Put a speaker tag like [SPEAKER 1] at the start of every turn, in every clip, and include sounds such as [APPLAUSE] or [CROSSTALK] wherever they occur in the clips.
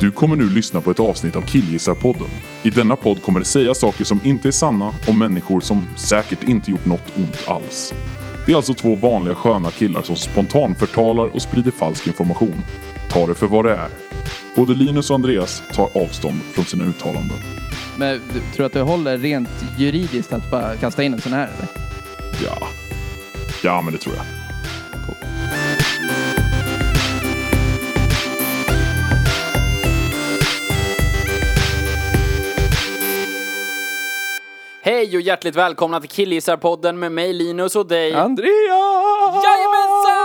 [SPEAKER 1] Du kommer nu lyssna på ett avsnitt av Killgissarpodden. I denna podd kommer det sägas saker som inte är sanna om människor som säkert inte gjort något ont alls. Det är alltså två vanliga sköna killar som spontant förtalar och sprider falsk information. Ta det för vad det är. Både Linus och Andreas tar avstånd från sina uttalanden.
[SPEAKER 2] Men du, tror du att det håller rent juridiskt att bara kasta in en sån här eller?
[SPEAKER 1] Ja. Ja, men det tror jag.
[SPEAKER 3] Hej och hjärtligt välkomna till Killgissarpodden med mig Linus och dig.
[SPEAKER 2] Andreas!
[SPEAKER 3] Jajamensan!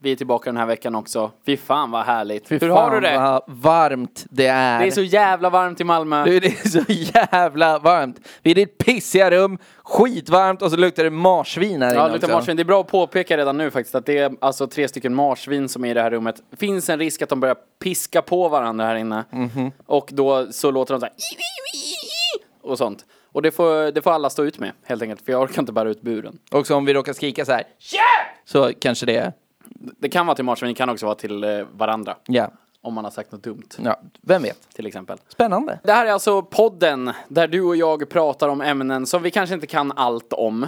[SPEAKER 3] Vi är tillbaka den här veckan också. Fy fan vad härligt. Hur har du det?
[SPEAKER 2] Vad varmt det är.
[SPEAKER 3] Det är så jävla varmt i Malmö.
[SPEAKER 2] Du, det är så jävla varmt. Vi är i ditt pissiga rum, skitvarmt och så luktar det marsvin här
[SPEAKER 3] Ja,
[SPEAKER 2] inne
[SPEAKER 3] det luktar
[SPEAKER 2] också.
[SPEAKER 3] marsvin. Det är bra att påpeka redan nu faktiskt att det är alltså tre stycken marsvin som är i det här rummet. Finns en risk att de börjar piska på varandra här inne.
[SPEAKER 2] Mhm.
[SPEAKER 3] Och då så låter de så här och sånt. Och det får, det får alla stå ut med helt enkelt, för jag orkar inte bära ut buren.
[SPEAKER 2] Och så om vi råkar skrika så här, så kanske det är,
[SPEAKER 3] Det kan vara till marsvin, det kan också vara till eh, varandra.
[SPEAKER 2] ja,
[SPEAKER 3] Om man har sagt något dumt,
[SPEAKER 2] ja, vem vet.
[SPEAKER 3] till exempel.
[SPEAKER 2] Spännande.
[SPEAKER 3] Det här är alltså podden där du och jag pratar om ämnen som vi kanske inte kan allt om.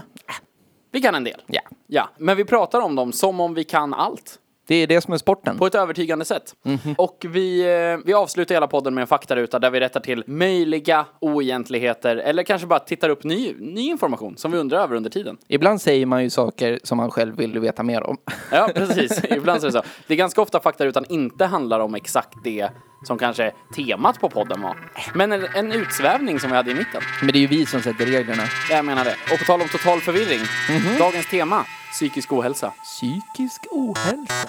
[SPEAKER 3] Vi kan en del.
[SPEAKER 2] Ja.
[SPEAKER 3] Ja, men vi pratar om dem som om vi kan allt.
[SPEAKER 2] Det är det som är sporten.
[SPEAKER 3] På ett övertygande sätt. Och vi, eh, vi avslutar hela podden med en faktaruta där vi rättar till möjliga oegentligheter eller kanske bara tittar upp ny, ny information som vi undrar över under tiden.
[SPEAKER 2] Ibland säger man ju saker som man själv vill veta mer om.
[SPEAKER 3] Ja, precis. Ibland så är det så. Det är ganska ofta faktarutan inte handlar om exakt det som kanske temat på podden var. Men en, en utsvävning som vi hade i mitten.
[SPEAKER 2] Men det är ju vi som sätter reglerna.
[SPEAKER 3] Jag menar det. Och på tal om total förvirring. Dagens tema, psykisk ohälsa.
[SPEAKER 2] Psykisk ohälsa.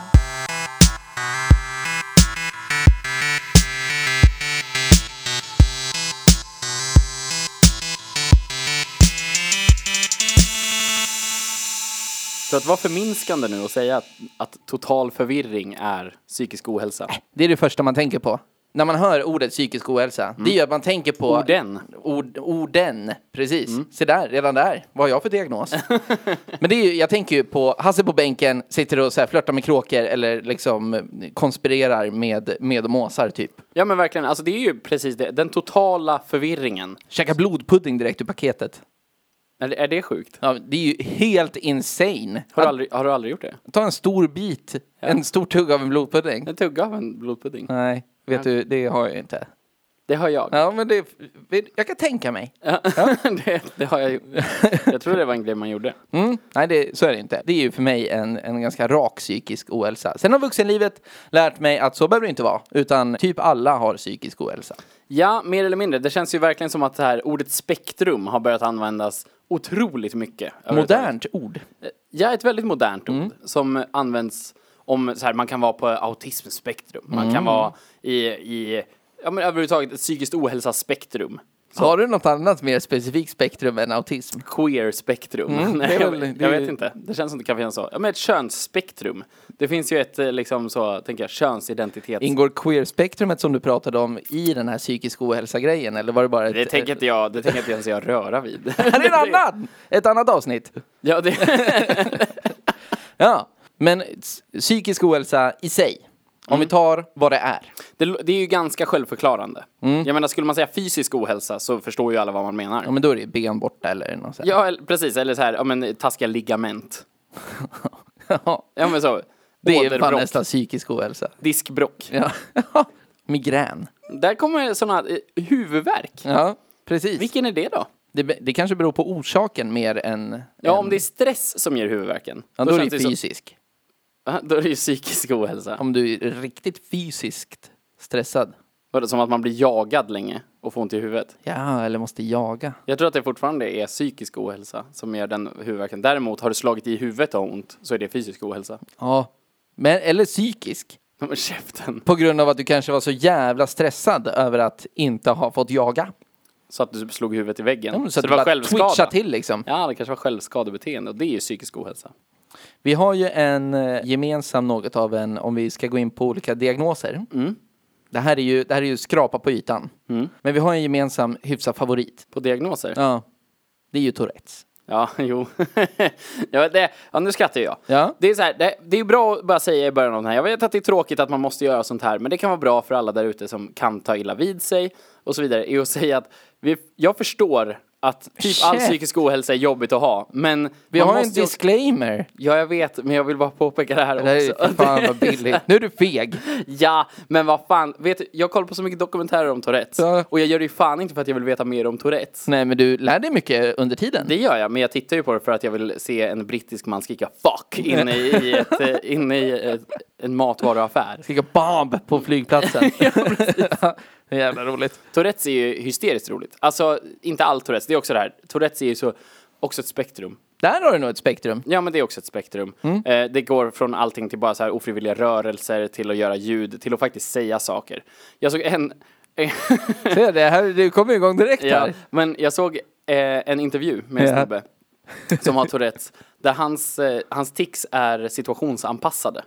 [SPEAKER 3] För att vara förminskande nu och säga att, att total förvirring är psykisk ohälsa.
[SPEAKER 2] Det är det första man tänker på. När man hör ordet psykisk ohälsa, det gör att man tänker på...
[SPEAKER 3] Orden.
[SPEAKER 2] Ord, orden, precis. Se där, redan där. Vad har jag för diagnos? Men det är ju, jag tänker ju på Hasse på bänken, sitter och så här flörtar med kråkor eller liksom eh, konspirerar med, med måsar typ.
[SPEAKER 3] Ja men verkligen, alltså det är ju precis det. Den totala förvirringen.
[SPEAKER 2] Käkar blodpudding direkt ur paketet.
[SPEAKER 3] Är, det- är det sjukt?
[SPEAKER 2] Ja, det är ju helt insane.
[SPEAKER 3] Har du,
[SPEAKER 2] Att
[SPEAKER 3] aldrig, har du aldrig gjort det?
[SPEAKER 2] ta en stor bit, en stor tugg av en blodpudding.
[SPEAKER 3] En tugga av en blodpudding?
[SPEAKER 2] Nej, vet du, det har jag inte.
[SPEAKER 3] Det har jag.
[SPEAKER 2] Ja, men det, jag kan tänka mig.
[SPEAKER 3] [LAUGHS] det, det har jag gjort. Jag tror det var en grej man gjorde.
[SPEAKER 2] Mm. Nej, det, så är det inte. Det är ju för mig en, en ganska rak psykisk ohälsa. Sen har vuxenlivet lärt mig att så behöver det inte vara, utan typ alla har psykisk ohälsa.
[SPEAKER 3] Ja, mer eller mindre. Det känns ju verkligen som att det här ordet spektrum har börjat användas otroligt mycket.
[SPEAKER 2] Modernt ord.
[SPEAKER 3] Ja, ett väldigt modernt
[SPEAKER 2] Mm.
[SPEAKER 3] ord som används om så här, man kan vara på autismspektrum, man
[SPEAKER 2] Mm.
[SPEAKER 3] kan vara i, i ja, men överhuvudtaget ett psykiskt ohälsa-spektrum.
[SPEAKER 2] Har du något annat mer specifikt spektrum än autism?
[SPEAKER 3] Queer-spektrum. Nej,
[SPEAKER 2] Mm, det är
[SPEAKER 3] [LAUGHS] jag,
[SPEAKER 2] väl-
[SPEAKER 3] vet-
[SPEAKER 2] det
[SPEAKER 3] jag
[SPEAKER 2] är-
[SPEAKER 3] vet inte. Det känns som det kan finnas så. Ja, men ett könsspektrum. Det finns ju ett eh, liksom så, tänker jag, könsidentitets...
[SPEAKER 2] Ingår queer-spektrumet som du pratade om i den här psykisk ohälsa-grejen, eller var det bara ett... [LAUGHS]
[SPEAKER 3] det tänker inte jag, det tänker inte ens jag röra vid.
[SPEAKER 2] Här är en annan! Ett annat avsnitt.
[SPEAKER 3] [LAUGHS] ja, det,
[SPEAKER 2] Ja. Men s- psykisk ohälsa i sig, om vi tar vad det är.
[SPEAKER 3] det, det är ju ganska självförklarande. Jag menar, skulle man säga fysisk ohälsa så förstår ju alla vad man menar.
[SPEAKER 2] Mm. Ja, men då är det ju ben borta eller något sånt.
[SPEAKER 3] Ja, eller- precis. Eller så här, ja men taskiga ligament.
[SPEAKER 2] Ja.
[SPEAKER 3] Ja men så.
[SPEAKER 2] [LAUGHS] Det är fan
[SPEAKER 3] Åderbråck,
[SPEAKER 2] nästan psykisk ohälsa.
[SPEAKER 3] diskbråck.
[SPEAKER 2] Ja. Migrän.
[SPEAKER 3] Där kommer sådana huvudvärk.
[SPEAKER 2] Ja, precis.
[SPEAKER 3] Vilken är det då?
[SPEAKER 2] Det, be- det kanske beror på orsaken mer än...
[SPEAKER 3] Ja, om det är stress som ger huvudvärken.
[SPEAKER 2] ja, då är
[SPEAKER 3] känns
[SPEAKER 2] det
[SPEAKER 3] ju
[SPEAKER 2] fysisk.
[SPEAKER 3] Så, Ja, då är det ju psykisk ohälsa.
[SPEAKER 2] Om du är riktigt fysiskt stressad.
[SPEAKER 3] Vadå, Som att man blir jagad länge och får ont i huvudet.
[SPEAKER 2] Ja, eller måste jaga.
[SPEAKER 3] Jag tror att det fortfarande är psykisk ohälsa som gör den huvudvärken. Däremot har du slagit i huvudet och har ont så är det fysisk ohälsa.
[SPEAKER 2] Ja. Men, eller psykisk.
[SPEAKER 3] Men käften.
[SPEAKER 2] På grund av att du kanske var så jävla stressad över att inte ha fått jaga.
[SPEAKER 3] Så att du typ slog huvudet i väggen.
[SPEAKER 2] Ja, men
[SPEAKER 3] så, det var
[SPEAKER 2] twitcha
[SPEAKER 3] självskada.
[SPEAKER 2] till liksom.
[SPEAKER 3] Ja, det kanske var självskadebeteende och det är ju psykisk ohälsa.
[SPEAKER 2] Vi har ju en eh, gemensam, något av en, om vi ska gå in på olika diagnoser. Det, här är ju, det här är ju skrapa på ytan. Men vi har en gemensam hyfsad favorit.
[SPEAKER 3] [LAUGHS] På diagnoser?
[SPEAKER 2] Ja. Det är ju Tourettes.
[SPEAKER 3] Ja, [LAUGHS] jo. ja, det, ja, nu skrattar jag.
[SPEAKER 2] Ja.
[SPEAKER 3] Det, är så här, det, det är bra att bara säga i början av den här, jag vet att det är tråkigt att man måste göra sånt här, men det kan vara bra för alla där ute som kan ta illa vid sig och så vidare, är att säga att vi, jag förstår att typ all
[SPEAKER 2] Shit.
[SPEAKER 3] psykisk ohälsa är jobbigt att ha, men
[SPEAKER 2] Vi har en
[SPEAKER 3] ju-
[SPEAKER 2] disclaimer.
[SPEAKER 3] Ja, jag vet, men jag vill bara påpeka det här
[SPEAKER 2] Det här är
[SPEAKER 3] också.
[SPEAKER 2] för fan vad billigt. [LAUGHS] Nu är du feg.
[SPEAKER 3] [LAUGHS] Ja, men vad fan. Vet du, jag kollar på så mycket dokumentärer om Tourettes.
[SPEAKER 2] Ja.
[SPEAKER 3] Och jag gör det ju fan inte för att jag vill veta mer om Tourettes.
[SPEAKER 2] Nej, men du lär dig mycket under tiden.
[SPEAKER 3] Det gör jag, men jag tittar ju på det för att jag vill se en brittisk man skrika 'fuck' inne i, i ett, eh, inne i ett, en matvaruaffär.
[SPEAKER 2] Skrika bomb på
[SPEAKER 3] [LAUGHS]
[SPEAKER 2] flygplatsen. Det är jävla roligt.
[SPEAKER 3] Tourettes är ju hysteriskt roligt. Alltså, inte all Tourettes, det är också det här. Tourettes är ju så, också ett spektrum.
[SPEAKER 2] Där har du nog ett spektrum.
[SPEAKER 3] Ja, men det är också ett spektrum. Eh, det går från allting till bara så här ofrivilliga rörelser, till att göra ljud, till att faktiskt säga saker. Jag såg en... [LAUGHS]
[SPEAKER 2] Se det, här, du kommer igång direkt
[SPEAKER 3] Ja,
[SPEAKER 2] här.
[SPEAKER 3] men jag såg eh, en intervju med en
[SPEAKER 2] Ja.
[SPEAKER 3] snubbe som har Tourettes, där hans, eh, hans tics är situationsanpassade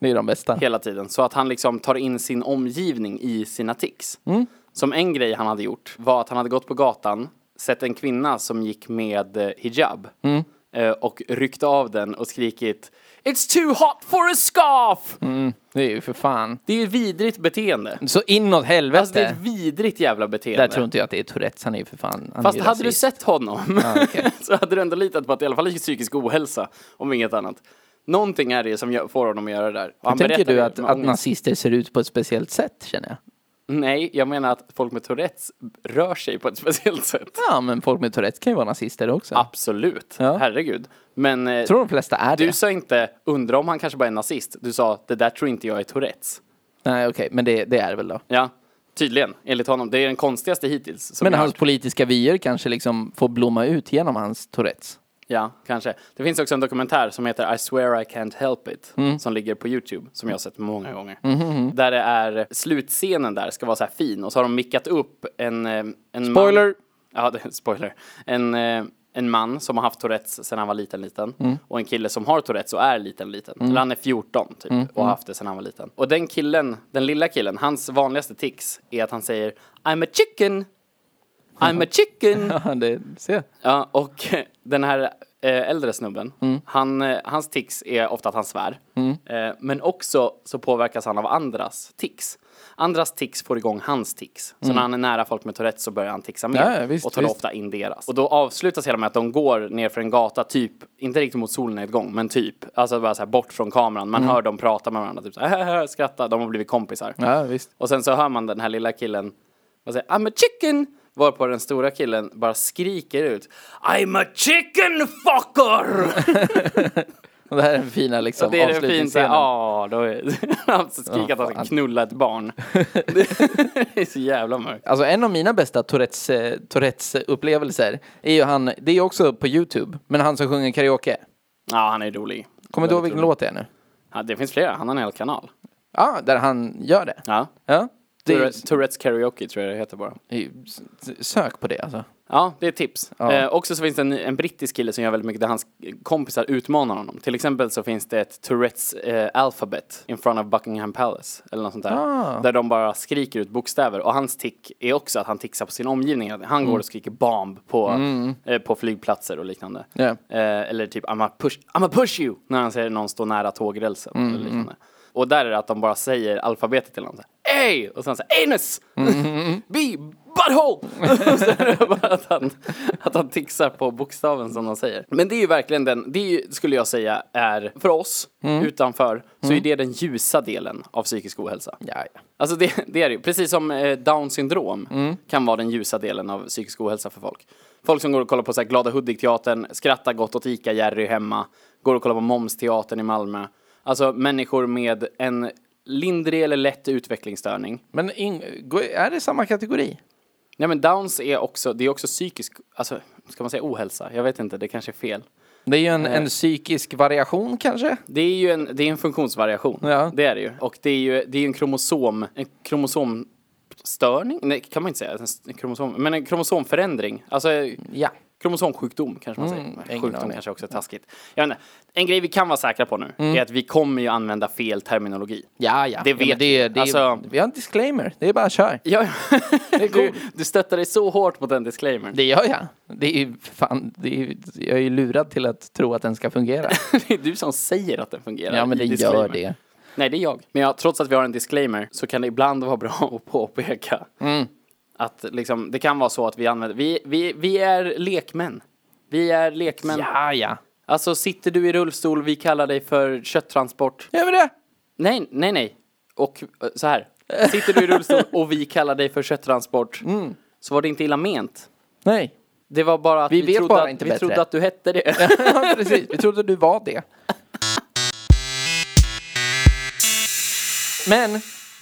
[SPEAKER 2] Det är de bästa.
[SPEAKER 3] hela tiden. Så att han liksom tar in sin omgivning i sina tics.
[SPEAKER 2] Mm.
[SPEAKER 3] Som en grej han hade gjort var att han hade gått på gatan, sett en kvinna som gick med eh, hijab
[SPEAKER 2] Mm.
[SPEAKER 3] eh, och ryckt av den och skrikit It's too hot for a scarf!
[SPEAKER 2] Mm. Det är ju för fan.
[SPEAKER 3] Det är ju vidrigt beteende.
[SPEAKER 2] Så inåt helvete.
[SPEAKER 3] Alltså det är ett vidrigt jävla beteende.
[SPEAKER 2] Där tror inte jag att det är Tourettes, han är ju för fan... han är
[SPEAKER 3] Fast
[SPEAKER 2] ju
[SPEAKER 3] hade du
[SPEAKER 2] rasist.
[SPEAKER 3] sett honom
[SPEAKER 2] okej.
[SPEAKER 3] [LAUGHS] så hade du ändå litat på att det i alla fall är psykisk ohälsa, om inget annat. Någonting är det som gör- får honom att göra det där. Och han
[SPEAKER 2] Tänker
[SPEAKER 3] berättar
[SPEAKER 2] du
[SPEAKER 3] ju
[SPEAKER 2] att,
[SPEAKER 3] med
[SPEAKER 2] att
[SPEAKER 3] ångest.
[SPEAKER 2] nazister ser ut på ett speciellt sätt, känner jag?
[SPEAKER 3] Nej, jag menar att folk med Tourettes rör sig på ett [LAUGHS] speciellt sätt.
[SPEAKER 2] Ja, men folk med Tourettes kan ju vara nazister också.
[SPEAKER 3] Absolut,
[SPEAKER 2] Ja.
[SPEAKER 3] herregud. Men eh,
[SPEAKER 2] Jag tror de flesta är
[SPEAKER 3] du
[SPEAKER 2] det.
[SPEAKER 3] sa inte, undra om han kanske bara är nazist. Du sa, det där tror inte jag är Tourettes.
[SPEAKER 2] Nej, okej, men det, det är det väl då.
[SPEAKER 3] Ja, tydligen, enligt honom. Det är den konstigaste hittills. Som
[SPEAKER 2] Men
[SPEAKER 3] jag
[SPEAKER 2] hans
[SPEAKER 3] hört.
[SPEAKER 2] politiska vyer kanske liksom får blomma ut genom hans
[SPEAKER 3] [LAUGHS]
[SPEAKER 2] Tourettes.
[SPEAKER 3] Ja, kanske. Det finns också en dokumentär som heter I swear I can't help it, som ligger på YouTube, som jag har sett många gånger. Där det är, slutscenen där ska vara så här fin, och så har de mickat upp en... eh, en
[SPEAKER 2] Spoiler!
[SPEAKER 3] Man, ja, det är [LAUGHS] en spoiler. En, eh, en man som har haft Tourettes sedan han var liten, liten. Och en kille som har Tourettes och är liten, liten. Eller han är 14, typ, och har haft det sedan han var liten. Och den killen, den lilla killen, hans vanligaste tics är att han säger I'm a chicken! I'm a chicken!
[SPEAKER 2] Ja, det, se.
[SPEAKER 3] Ja, och [LAUGHS] den här eh, äldre snubben,
[SPEAKER 2] Mm.
[SPEAKER 3] han, eh, hans tics är ofta att han svär. Eh, men också så påverkas han av andras tics. Andras tics får igång hans tics. Så när han är nära folk med Tourettes så börjar han ticsa mer.
[SPEAKER 2] Mm. Ja, visst,
[SPEAKER 3] och tar
[SPEAKER 2] visst.
[SPEAKER 3] ofta in deras. Och då avslutas hela med att de går ner för en gata, typ, inte riktigt mot solnedgång, men typ. Alltså bara så här bort från kameran. Man hör dem prata med varandra, typ så här, skratta, de har blivit kompisar.
[SPEAKER 2] Mm. Ja, visst.
[SPEAKER 3] Och sen så hör man den här lilla killen och säger I'm a chicken! Varpå den stora killen bara skriker ut I'm a chicken fucker!
[SPEAKER 2] Och det här är den fina liksom
[SPEAKER 3] Det är det fina,
[SPEAKER 2] avslutningsscenen.
[SPEAKER 3] ja då är [LAUGHS] Han skriker att han ska
[SPEAKER 2] fan.
[SPEAKER 3] knulla
[SPEAKER 2] [LAUGHS]
[SPEAKER 3] ett barn. Det är så jävla mörkt.
[SPEAKER 2] Alltså en av mina bästa Tourettes, eh, Tourettes upplevelser är ju han, det är ju också på YouTube, men han som sjunger karaoke.
[SPEAKER 3] Ja, han är rolig.
[SPEAKER 2] Kommer du ihåg
[SPEAKER 3] Väldigt
[SPEAKER 2] vilken
[SPEAKER 3] rolig.
[SPEAKER 2] låt det är nu?
[SPEAKER 3] Ja, det finns flera, han har en hel kanal.
[SPEAKER 2] Ja, där han gör det.
[SPEAKER 3] Ja.
[SPEAKER 2] Ja. Det är,
[SPEAKER 3] Tourettes, Tourettes karaoke tror jag det heter bara.
[SPEAKER 2] det är ju- s- s- sök på det alltså.
[SPEAKER 3] Ja, det är ett tips.
[SPEAKER 2] Ja.
[SPEAKER 3] Eh, också så finns det en, en brittisk kille som gör väldigt mycket där hans kompisar utmanar honom. Till exempel så finns det ett Tourettes eh, alphabet in front of Buckingham Palace eller något sånt där.
[SPEAKER 2] Ah.
[SPEAKER 3] Där de bara skriker ut bokstäver och hans tick är också att han tixar på sin omgivning. Han
[SPEAKER 2] Mm.
[SPEAKER 3] går och skriker bomb på, eh, på flygplatser och liknande.
[SPEAKER 2] Ja.
[SPEAKER 3] Eh, eller typ I'm a push, I'm a push you när han säger någon står nära tågrälsen eller liknande. Och där är det att de bara säger alfabetet till honom. så här, A! Och sen säger anus! [LAUGHS] B! Butthole! [LAUGHS] Och så är det bara att han, att han tixar på bokstaven som de säger. Men det är ju verkligen den, det är ju, skulle jag säga är, för oss utanför, så är det den ljusa delen av psykisk ohälsa.
[SPEAKER 2] Ja, ja.
[SPEAKER 3] Alltså det, [LAUGHS] det är det ju. Precis som eh, down syndrom kan vara den ljusa delen av psykisk ohälsa för folk. Folk som går och kollar på så här Glada Hudik-teatern, skrattar gott åt ICA-Jerry hemma, går och kollar på Moms-teatern i Malmö. Alltså människor med en lindrig eller lätt utvecklingsstörning.
[SPEAKER 2] Men in, gå- är det samma kategori?
[SPEAKER 3] Nej men downs är också, det är också psykisk, alltså ska man säga ohälsa? Jag vet inte, det kanske är fel.
[SPEAKER 2] Det är ju en,
[SPEAKER 3] Eh.
[SPEAKER 2] en psykisk variation kanske?
[SPEAKER 3] Det är ju en, det är en funktionsvariation,
[SPEAKER 2] Ja.
[SPEAKER 3] det är det ju. Och det är ju det är ju en kromosom, en kromosomstörning? Nej, kan man inte säga. En s- En kromosom, men en kromosomförändring. Alltså,
[SPEAKER 2] Ja.
[SPEAKER 3] Kromosomsjukdom kanske man
[SPEAKER 2] Mm, ingen
[SPEAKER 3] säger.
[SPEAKER 2] aning.
[SPEAKER 3] Sjukdom kanske också är taskigt. Jag vet inte. En grej vi kan vara säkra på nu
[SPEAKER 2] Mm.
[SPEAKER 3] är att vi kommer ju använda fel terminologi.
[SPEAKER 2] Ja, ja.
[SPEAKER 3] Det
[SPEAKER 2] ja, men
[SPEAKER 3] vet
[SPEAKER 2] det,
[SPEAKER 3] vi.
[SPEAKER 2] det,
[SPEAKER 3] Alltså-
[SPEAKER 2] Vi har en disclaimer. Det är bara kör.
[SPEAKER 3] Ja, du, du stöttar dig så hårt mot den disclaimern.
[SPEAKER 2] Det gör jag. Det är ju fan, det är, ju- jag är ju lurad till att tro att den ska
[SPEAKER 3] [LAUGHS]
[SPEAKER 2] fungera.
[SPEAKER 3] Det är du som säger att den fungerar.
[SPEAKER 2] ja, men
[SPEAKER 3] i
[SPEAKER 2] det gör
[SPEAKER 3] disclaimer.
[SPEAKER 2] det.
[SPEAKER 3] Nej, det är jag. Men ja, trots att vi har en disclaimer så kan det ibland vara bra [LAUGHS] att påpeka
[SPEAKER 2] Mm.
[SPEAKER 3] att liksom, det kan vara så att vi använder... Vi, vi, vi är lekmän. Vi är lekmän.
[SPEAKER 2] Ja, ja.
[SPEAKER 3] Alltså, sitter du i rullstol, vi kallar dig för kötttransport.
[SPEAKER 2] Gör vi det?
[SPEAKER 3] Nej, nej, nej. Och eh, så här. Sitter du i rullstol och vi kallar dig för kötttransport
[SPEAKER 2] Mm.
[SPEAKER 3] så var det inte illa ment.
[SPEAKER 2] Nej. [LAUGHS]
[SPEAKER 3] Det var bara att
[SPEAKER 2] Vi
[SPEAKER 3] vi,
[SPEAKER 2] vet
[SPEAKER 3] trodde,
[SPEAKER 2] bara
[SPEAKER 3] att,
[SPEAKER 2] inte
[SPEAKER 3] vi
[SPEAKER 2] bättre.
[SPEAKER 3] trodde att du hette det. [LAUGHS]
[SPEAKER 2] Ja, precis. Vi trodde du var det. Men,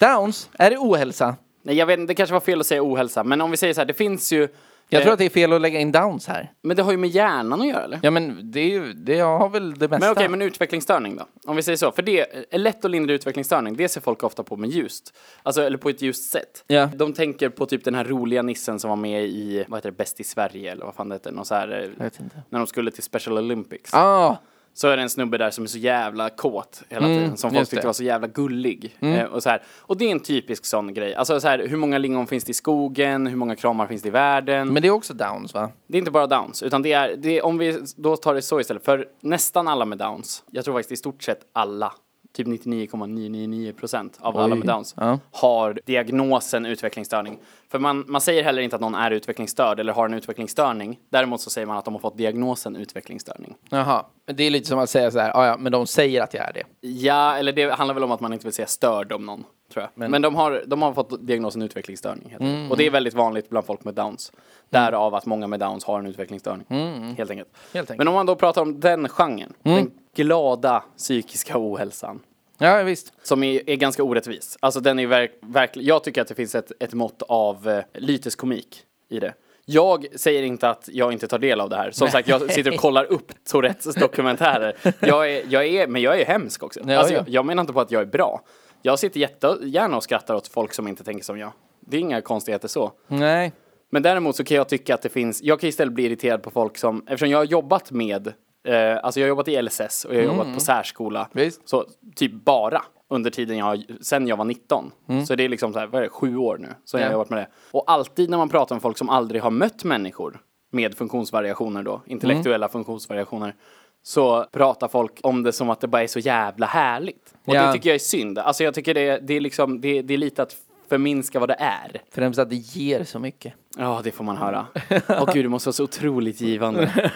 [SPEAKER 2] Downs, är det ohälsa?
[SPEAKER 3] Nej, jag vet inte, det kanske var fel att säga ohälsa, men om vi säger så här, det finns ju...
[SPEAKER 2] Jag tror
[SPEAKER 3] eh,
[SPEAKER 2] att det är fel att lägga in Downs här.
[SPEAKER 3] Men det har ju med hjärnan att göra, eller?
[SPEAKER 2] Ja, men det, är ju, det har väl det mesta.
[SPEAKER 3] Men okej, men utvecklingsstörning då? Om vi säger så, för det, eh, lätt och lindrig utvecklingsstörning, det ser folk ofta på med ljust. Alltså, eller på ett ljust sätt.
[SPEAKER 2] Ja.
[SPEAKER 3] De tänker på typ den här roliga nissen som var med i, vad heter det, Bäst i Sverige eller vad fan det heter, någon så här, eh,
[SPEAKER 2] Jag vet inte.
[SPEAKER 3] när de skulle till Special Olympics.
[SPEAKER 2] Ah,
[SPEAKER 3] Så är det en snubbe där som är så jävla kåt hela tiden, som folk
[SPEAKER 2] Mm, just
[SPEAKER 3] tyckte
[SPEAKER 2] det. Mm.
[SPEAKER 3] var så jävla gullig. Eh, och, så här. och det är en typisk sån grej. Alltså så här, hur många lingon finns det i skogen? Hur många kramar finns det i världen?
[SPEAKER 2] men det är också Downs, va?
[SPEAKER 3] Det är inte bara downs, utan det är, det är, om vi då tar det så istället, för nästan alla med downs, jag tror faktiskt i stort sett alla, typ 99,999 procent av alla
[SPEAKER 2] Oj.
[SPEAKER 3] med downs,
[SPEAKER 2] Ja.
[SPEAKER 3] har diagnosen utvecklingsstörning. För man, man säger heller inte att någon är utvecklingsstörd eller har en utvecklingsstörning, däremot så säger man att de har fått diagnosen utvecklingsstörning.
[SPEAKER 2] Jaha. Men Det är lite som att säga så här, ah, ja, men de säger att jag är det.
[SPEAKER 3] Ja, eller det handlar väl om att man inte vill säga störd om någon, tror jag. Men, de, har, de har fått diagnosen utvecklingsstörning, helt
[SPEAKER 2] Mm,
[SPEAKER 3] enkelt. Och det är väldigt vanligt bland folk med downs. Därav att många med downs har en utvecklingsstörning, helt, enkelt.
[SPEAKER 2] Mm, Helt enkelt. Mm.
[SPEAKER 3] Men om man då pratar om den genren, den glada psykiska ohälsan,
[SPEAKER 2] Ja, visst.
[SPEAKER 3] som är, är ganska orättvis. Alltså den är verk, verkligen, jag tycker att det finns ett, ett mått av eh, lyteskomik i det. Jag säger inte att jag inte tar del av det här. Som sagt, jag sitter och kollar upp Tourettes dokumentärer. Jag är, jag är, men jag är hemsk också.
[SPEAKER 2] Ja,
[SPEAKER 3] alltså,
[SPEAKER 2] ja.
[SPEAKER 3] jag, jag menar inte på att jag är bra. Jag sitter jättegärna och skrattar åt folk som inte tänker som jag. Det är inga konstigheter så.
[SPEAKER 2] Nej.
[SPEAKER 3] Men däremot så kan jag tycka att det finns, jag kan istället bli irriterad på folk som, eftersom jag har jobbat med, eh, alltså jag har jobbat i LSS och jag har jobbat på särskola,
[SPEAKER 2] Mm. Visst.
[SPEAKER 3] så typ bara under tiden jag, sen jag var 19. Så det är liksom så här, vad är det, sju år nu som jag
[SPEAKER 2] Mm. Ja.
[SPEAKER 3] har jobbat med det. Och alltid när man pratar om folk som aldrig har mött människor med funktionsvariationer då,
[SPEAKER 2] Mm.
[SPEAKER 3] intellektuella funktionsvariationer, så pratar folk om det som att det bara är så jävla härligt. Och
[SPEAKER 2] Ja.
[SPEAKER 3] det tycker jag är synd. Alltså jag tycker det, det är liksom, det, det är lite att förminska vad det är.
[SPEAKER 2] Främst att det ger så mycket.
[SPEAKER 3] Ja, det får man höra. Åh gud, det måste vara så otroligt givande.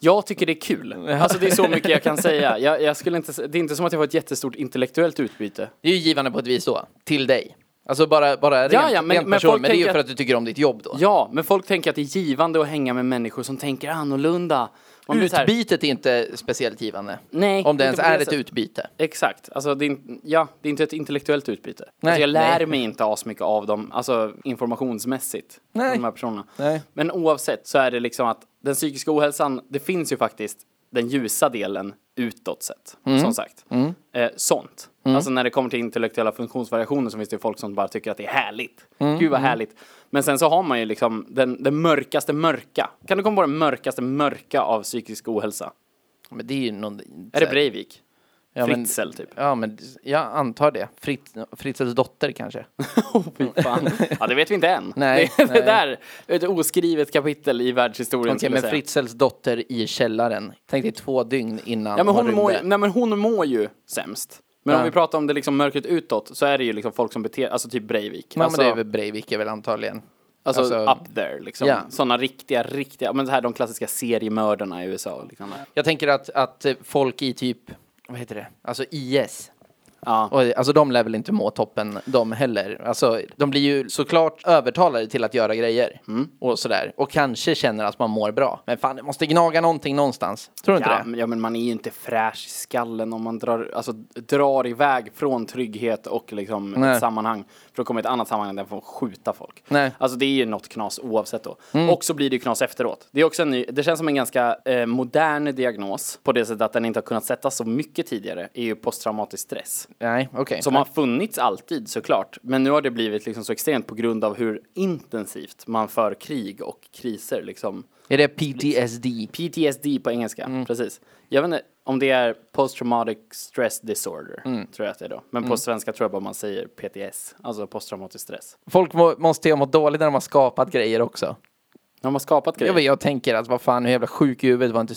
[SPEAKER 3] Jag tycker det är kul. Alltså det är så mycket jag kan säga. Jag, jag skulle inte, s- det är inte som att jag har ett jättestort intellektuellt utbyte.
[SPEAKER 2] Det är ju givande på ett vis då, till dig. Alltså bara, bara rent,
[SPEAKER 3] ja, men-
[SPEAKER 2] rent
[SPEAKER 3] men
[SPEAKER 2] person,
[SPEAKER 3] folk
[SPEAKER 2] men det är ju
[SPEAKER 3] tänker
[SPEAKER 2] för
[SPEAKER 3] att-
[SPEAKER 2] att du tycker om ditt jobb då.
[SPEAKER 3] Ja, men folk tänker att det är givande att hänga med människor som tänker annorlunda. Man blir så här-
[SPEAKER 2] Utbytet är inte speciellt givande.
[SPEAKER 3] Nej,
[SPEAKER 2] Om det ens
[SPEAKER 3] inte på det
[SPEAKER 2] är ett
[SPEAKER 3] sättet.
[SPEAKER 2] utbyte.
[SPEAKER 3] Exakt. Alltså, det är, in- ja, det är inte ett intellektuellt utbyte.
[SPEAKER 2] Nej,
[SPEAKER 3] alltså, jag lär
[SPEAKER 2] nej.
[SPEAKER 3] mig inte asmycket av dem, alltså informationsmässigt, från
[SPEAKER 2] Nej.
[SPEAKER 3] de här personerna.
[SPEAKER 2] Nej.
[SPEAKER 3] Men oavsett så är det liksom att den psykiska ohälsan, det finns ju faktiskt den ljusa delen utåt sett,
[SPEAKER 2] Mm.
[SPEAKER 3] som sagt. Eh, sånt. Alltså när det kommer till intellektuella funktionsvariationer så finns det ju folk som bara tycker att det är härligt.
[SPEAKER 2] Mm.
[SPEAKER 3] Gud vad härligt. Men sen så har man ju liksom den, den mörkaste mörka. Kan du komma på den mörkaste mörka av psykisk ohälsa?
[SPEAKER 2] Men det är ju någon...
[SPEAKER 3] Är det Breivik?
[SPEAKER 2] Ja, men-
[SPEAKER 3] Fritzl typ?
[SPEAKER 2] Ja, men jag antar det. Fritz, Fritzels dotter kanske. [LAUGHS]
[SPEAKER 3] Åh, fy fan. Ja, det vet vi inte än.
[SPEAKER 2] Nej,
[SPEAKER 3] det, det
[SPEAKER 2] nej.
[SPEAKER 3] där är ett oskrivet kapitel i världshistorien.
[SPEAKER 2] Okej,
[SPEAKER 3] skulle
[SPEAKER 2] men
[SPEAKER 3] jag säga.
[SPEAKER 2] Fritzels dotter i källaren. Tänk dig två dygn innan
[SPEAKER 3] Ja, men hon,
[SPEAKER 2] rymde.
[SPEAKER 3] mår, ju- nej, men hon mår ju sämst. Men om vi pratar om det liksom mörkret utåt så är det ju liksom folk som beter alltså typ Breivik.
[SPEAKER 2] Ja,
[SPEAKER 3] alltså,
[SPEAKER 2] men det är väl Breivik är väl antagligen.
[SPEAKER 3] alltså,
[SPEAKER 2] alltså-
[SPEAKER 3] up there liksom.
[SPEAKER 2] Ja.
[SPEAKER 3] Sådana riktiga, riktiga, men det här de klassiska seriemördarna i USA liksom. och liknande.
[SPEAKER 2] Jag tänker att, att eh, folk i typ, vad heter det, alltså IS.
[SPEAKER 3] Ja.
[SPEAKER 2] Och, alltså de lär väl inte må toppen de heller. Alltså de blir ju såklart övertalade till att göra grejer.
[SPEAKER 3] Mm.
[SPEAKER 2] Och sådär. Och kanske känner att man mår bra. Men fan, det måste gnaga någonting någonstans. Tror du inte
[SPEAKER 3] Ja,
[SPEAKER 2] det?
[SPEAKER 3] men- ja, men man är ju inte fräsch i skallen om man drar, alltså, drar iväg från trygghet och liksom
[SPEAKER 2] Nej.
[SPEAKER 3] ett sammanhang för att komma i ett annat sammanhang där man får skjuta folk.
[SPEAKER 2] Nej. Mm.
[SPEAKER 3] Alltså det är ju något knas oavsett då. Och så blir det ju knas efteråt. Det, är också en ny, det känns som en ganska eh, modern diagnos på det sättet att den inte har kunnat sättas så mycket tidigare, är ju posttraumatisk stress.
[SPEAKER 2] Nej, okej.
[SPEAKER 3] Som har funnits alltid såklart. Men nu har det blivit liksom så extremt på grund av hur intensivt man för krig och kriser liksom.
[SPEAKER 2] Är det PTSD?
[SPEAKER 3] PTSD på engelska,
[SPEAKER 2] Mm.
[SPEAKER 3] precis. Jag vet inte om det är post traumatic stress disorder,
[SPEAKER 2] Mm.
[SPEAKER 3] tror jag att det är då. Men på svenska tror jag bara man säger PTS, alltså posttraumatisk stress.
[SPEAKER 2] Folk må, måste ju ha mått dåligt när de har skapat grejer också.
[SPEAKER 3] De har skapat
[SPEAKER 2] Jag,
[SPEAKER 3] grejer.
[SPEAKER 2] vet, jag tänker att vad fan, hur jävla sjuk i huvudet var inte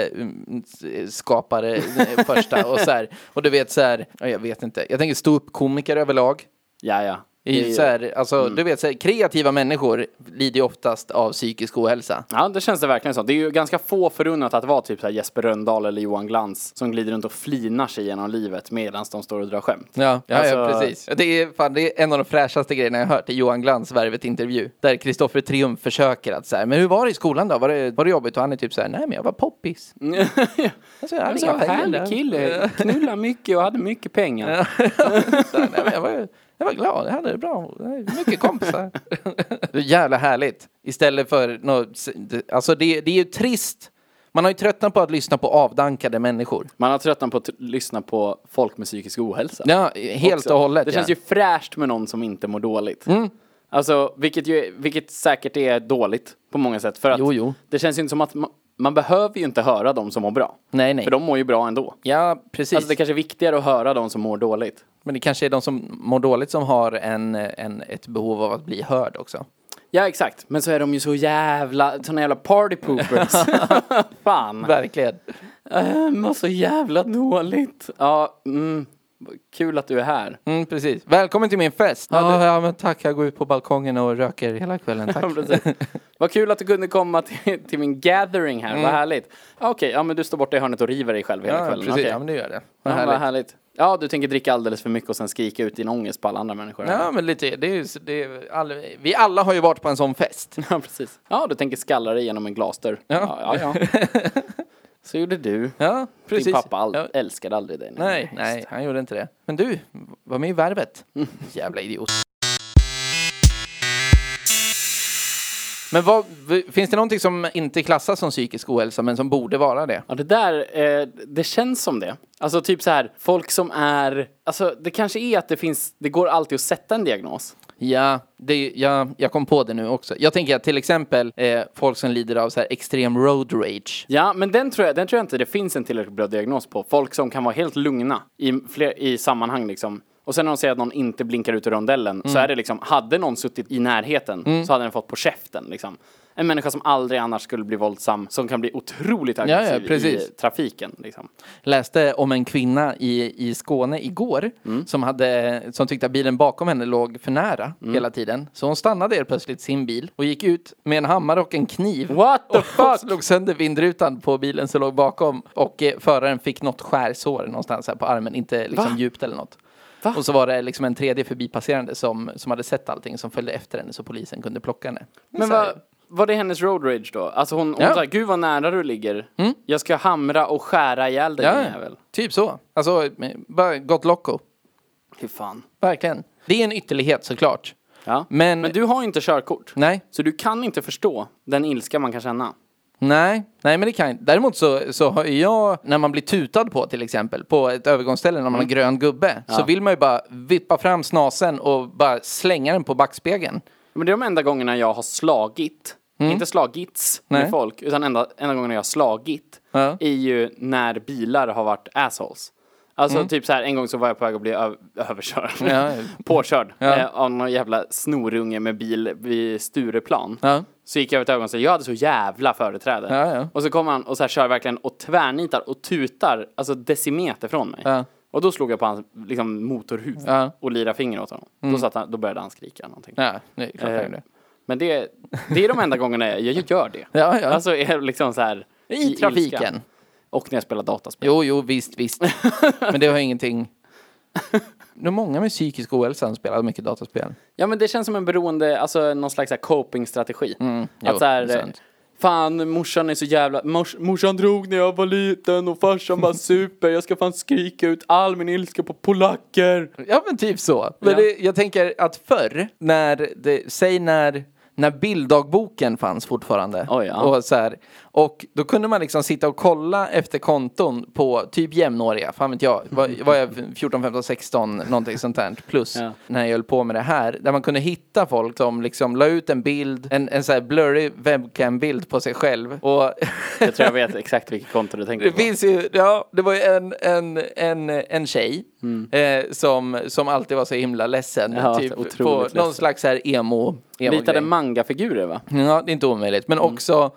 [SPEAKER 2] mm, superhjälteskapare eh, första och så här. Och du vet så här, ja, jag vet inte. Jag tänker stå upp komiker överlag.
[SPEAKER 3] Ja, ja.
[SPEAKER 2] I
[SPEAKER 3] Det är- Mm.
[SPEAKER 2] så här, alltså, du vet, så här, kreativa människor lider ju oftast av psykisk ohälsa.
[SPEAKER 3] Ja, det känns det verkligen så. Det är ju ganska få förunnat att vara typ så här Jesper Rönndahl eller Johan Glans som glider runt och flinar sig genom livet medan de står och drar skämt.
[SPEAKER 2] Ja, ja, ja
[SPEAKER 3] Alltså-
[SPEAKER 2] precis. Det är, fan, det är en av de fräschaste grejerna jag hört i Johan Glans Värvet-intervju. Där Kristoffer Triumf försöker att så här, men hur var det i skolan då? Var det, var det jobbigt? Och han är typ så här, nej men jag var
[SPEAKER 3] [LAUGHS]
[SPEAKER 2] poppis. Alltså, jag hade
[SPEAKER 3] Alltså,
[SPEAKER 2] inga pengar.
[SPEAKER 3] härlig kille, knulla mycket och hade mycket pengar.
[SPEAKER 2] Så här, nej, men jag, var, jag var glad, jag hade det bra, Jag hade mycket kompisar. det är jävla härligt. Istället för något, alltså det, det är ju trist. Man har ju tröttnat på att lyssna på avdankade människor.
[SPEAKER 3] Man har tröttnat på att t- lyssna på folk med psykisk ohälsa.
[SPEAKER 2] Ja, helt
[SPEAKER 3] också.
[SPEAKER 2] och hållet.
[SPEAKER 3] Det
[SPEAKER 2] ja. Mm.
[SPEAKER 3] känns ju fräscht med någon som inte mår dåligt. Alltså, vilket, ju, vilket säkert är dåligt på många sätt. För att
[SPEAKER 2] Jo, jo.
[SPEAKER 3] det känns ju inte som att man, man behöver ju inte höra de som mår bra.
[SPEAKER 2] Nej, nej.
[SPEAKER 3] För de mår ju bra ändå.
[SPEAKER 2] Ja, precis.
[SPEAKER 3] Alltså det kanske är viktigare att höra de som mår dåligt.
[SPEAKER 2] Men det kanske är de som mår dåligt som har en, en, ett behov av att bli hörd också.
[SPEAKER 3] Ja exakt, men så är de ju så jävla, såna jävla
[SPEAKER 2] [LAUGHS]
[SPEAKER 3] party poopers. Fan.
[SPEAKER 2] Verkligen.
[SPEAKER 3] Jag mår så jävla dåligt. Ja, mm. Kul att du är här.
[SPEAKER 2] Mm, precis. Välkommen till min fest! Ja, ja, men tack. Jag går ut på balkongen och röker hela kvällen. Tack.
[SPEAKER 3] Precis. Vad kul att du kunde komma till, till min gathering här, vad härligt. Ja, Okej, ja men du står borta i hörnet och river dig själv hela
[SPEAKER 2] Mm. ja,
[SPEAKER 3] kvällen.
[SPEAKER 2] precis.
[SPEAKER 3] Okej.
[SPEAKER 2] Ja, men det gör det.
[SPEAKER 3] Ja,
[SPEAKER 2] Vad härligt.
[SPEAKER 3] Vad härligt. Ja, du tänker dricka alldeles för mycket och sen skrika ut din ångest på alla andra människor.
[SPEAKER 2] Ja, men lite. Det är ju, det är, all, vi alla har ju varit på en sån fest.
[SPEAKER 3] [LAUGHS] Ja, precis. Ja, du tänker skalla dig genom en glasdörr.
[SPEAKER 2] Ja.
[SPEAKER 3] ja, ja.
[SPEAKER 2] [LAUGHS]
[SPEAKER 3] Så gjorde du.
[SPEAKER 2] Ja, precis.
[SPEAKER 3] Din pappa all-
[SPEAKER 2] Ja.
[SPEAKER 3] älskade aldrig dig.
[SPEAKER 2] Nej, nej, han gjorde inte det. Men du, var med i [LAUGHS] Värvet. Jävla idiot. Men vad, v- finns det någonting som inte klassas som psykisk ohälsa, men som borde vara det?
[SPEAKER 3] Ja, det där, eh, det känns som det. Alltså typ så här, folk som är, alltså det kanske är att det finns, det går alltid att sätta en diagnos.
[SPEAKER 2] Ja, det, ja jag kom på det nu också. Jag tänker att till exempel eh, folk som lider av så här extrem road rage.
[SPEAKER 3] Ja, men den tror jag, den tror jag inte det finns en tillräckligt bra diagnos på. Folk som kan vara helt lugna i, fler, i sammanhang liksom. Och sen när de säger att någon inte blinkar ut ur rondellen så
[SPEAKER 2] Mm.
[SPEAKER 3] är det liksom, hade någon suttit i närheten så hade den fått på käften liksom. En människa som aldrig annars skulle bli våldsam, som kan bli otroligt
[SPEAKER 2] ja,
[SPEAKER 3] aggressiv i
[SPEAKER 2] precis.
[SPEAKER 3] trafiken. Liksom.
[SPEAKER 2] läste om en kvinna i, i Skåne igår som, hade, som tyckte att bilen bakom henne låg för nära hela tiden. Så hon stannade helt plötsligt sin bil och gick ut med en hammare och en kniv.
[SPEAKER 3] What the
[SPEAKER 2] och
[SPEAKER 3] fuck?
[SPEAKER 2] slog sönder vindrutan på bilen som låg bakom. Och eh, föraren fick något skärsår någonstans här på armen, inte liksom
[SPEAKER 3] Va?
[SPEAKER 2] djupt eller något.
[SPEAKER 3] Va?
[SPEAKER 2] Och så var det liksom en tredje förbipasserande som, som hade sett allting som följde efter henne så polisen kunde plocka henne.
[SPEAKER 3] Men
[SPEAKER 2] Så här,
[SPEAKER 3] vad, var det hennes road rage då? Alltså hon, hon
[SPEAKER 2] Ja. Mm.
[SPEAKER 3] sa, gud vad nära du ligger. Jag ska hamra och skära ihjäl dig din
[SPEAKER 2] Ja,
[SPEAKER 3] jävel.
[SPEAKER 2] typ så. Alltså, eh, bara gott loco.
[SPEAKER 3] Fy fan.
[SPEAKER 2] Verkligen. Det är en ytterlighet såklart.
[SPEAKER 3] Ja.
[SPEAKER 2] Men-
[SPEAKER 3] Men du har ju inte körkort.
[SPEAKER 2] Nej,
[SPEAKER 3] Så du kan inte förstå den ilska man kan känna.
[SPEAKER 2] Nej, nej men det kan jag inte. Däremot så, så har ju jag, när man blir tutad på till exempel, på ett övergångsställe när man har grön gubbe, så vill man ju bara vippa fram snasen och bara slänga den på backspegeln.
[SPEAKER 3] Men det är de enda gångerna jag har slagit, inte slagits
[SPEAKER 2] Mm. Nej.
[SPEAKER 3] med folk, utan enda, enda gångerna jag har slagit
[SPEAKER 2] Ja.
[SPEAKER 3] är ju när bilar har varit assholes. Alltså typ så här, en gång så var jag på väg att bli ö- överkörd,
[SPEAKER 2] Mm. Ja.
[SPEAKER 3] [LAUGHS] påkörd
[SPEAKER 2] Ja.
[SPEAKER 3] eh, av någon jävla snorunge med bil vid Stureplan.
[SPEAKER 2] Ja.
[SPEAKER 3] Så gick jag över ett ögonställe, jag hade så jävla företräde.
[SPEAKER 2] Ja, ja.
[SPEAKER 3] Och så kommer han och så här kör verkligen och tvärnitar och tutar, alltså decimeter från mig.
[SPEAKER 2] Ja.
[SPEAKER 3] Och då slog jag på hans liksom, motorhuvud
[SPEAKER 2] Ja. Mm.
[SPEAKER 3] och lirade finger åt honom. Då, satt han, då började han skrika någonting.
[SPEAKER 2] Ja, det är klart jag
[SPEAKER 3] Eh,
[SPEAKER 2] gör det.
[SPEAKER 3] Men det, det är de enda gångerna jag, jag gör det.
[SPEAKER 2] Ja, ja.
[SPEAKER 3] Alltså är liksom så här
[SPEAKER 2] I trafiken.
[SPEAKER 3] ilska. Och när jag spelar dataspel.
[SPEAKER 2] Jo, jo, visst, [LAUGHS] visst. men det har ingenting... Det är många med psykisk ohälsa som spelar mycket dataspel.
[SPEAKER 3] Ja men det känns som en beroende, alltså någon slags så här coping-strategi.
[SPEAKER 2] Mm, jo,
[SPEAKER 3] att så här,
[SPEAKER 2] det är sant.
[SPEAKER 3] eh, fan morsan är så jävla, mors, morsan drog när jag var liten och
[SPEAKER 2] [LAUGHS]
[SPEAKER 3] farsan var super, jag ska fan skrika ut all min ilska på polacker.
[SPEAKER 2] Ja men typ så. Men
[SPEAKER 3] Ja.
[SPEAKER 2] det, jag tänker att förr, när det, säg när när bilddagboken fanns fortfarande.
[SPEAKER 3] Oj, ja.
[SPEAKER 2] och, så här, och då kunde man liksom sitta och kolla efter konton på typ jämnåriga, fan vet jag, var, var jag 14, 15, 16 någonting sånt där plus
[SPEAKER 3] Ja.
[SPEAKER 2] när jag höll på med det här, där man kunde hitta folk som liksom la ut en bild, en, en så här blurry webcam-bild på sig själv och
[SPEAKER 3] Jag tror jag vet exakt vilket konto du tänker
[SPEAKER 2] Det
[SPEAKER 3] på.
[SPEAKER 2] finns ju, ja, det var ju en, en, en, en tjej eh, som, som alltid var så himla ledsen.
[SPEAKER 3] Mm. Ja,
[SPEAKER 2] typ,
[SPEAKER 3] otroligt
[SPEAKER 2] på någon
[SPEAKER 3] ledsen.
[SPEAKER 2] slags så här emo, emo
[SPEAKER 3] Ritade mangafigurer va? [LAUGHS]
[SPEAKER 2] Ja, det är inte omöjligt. Men
[SPEAKER 3] Mm.
[SPEAKER 2] också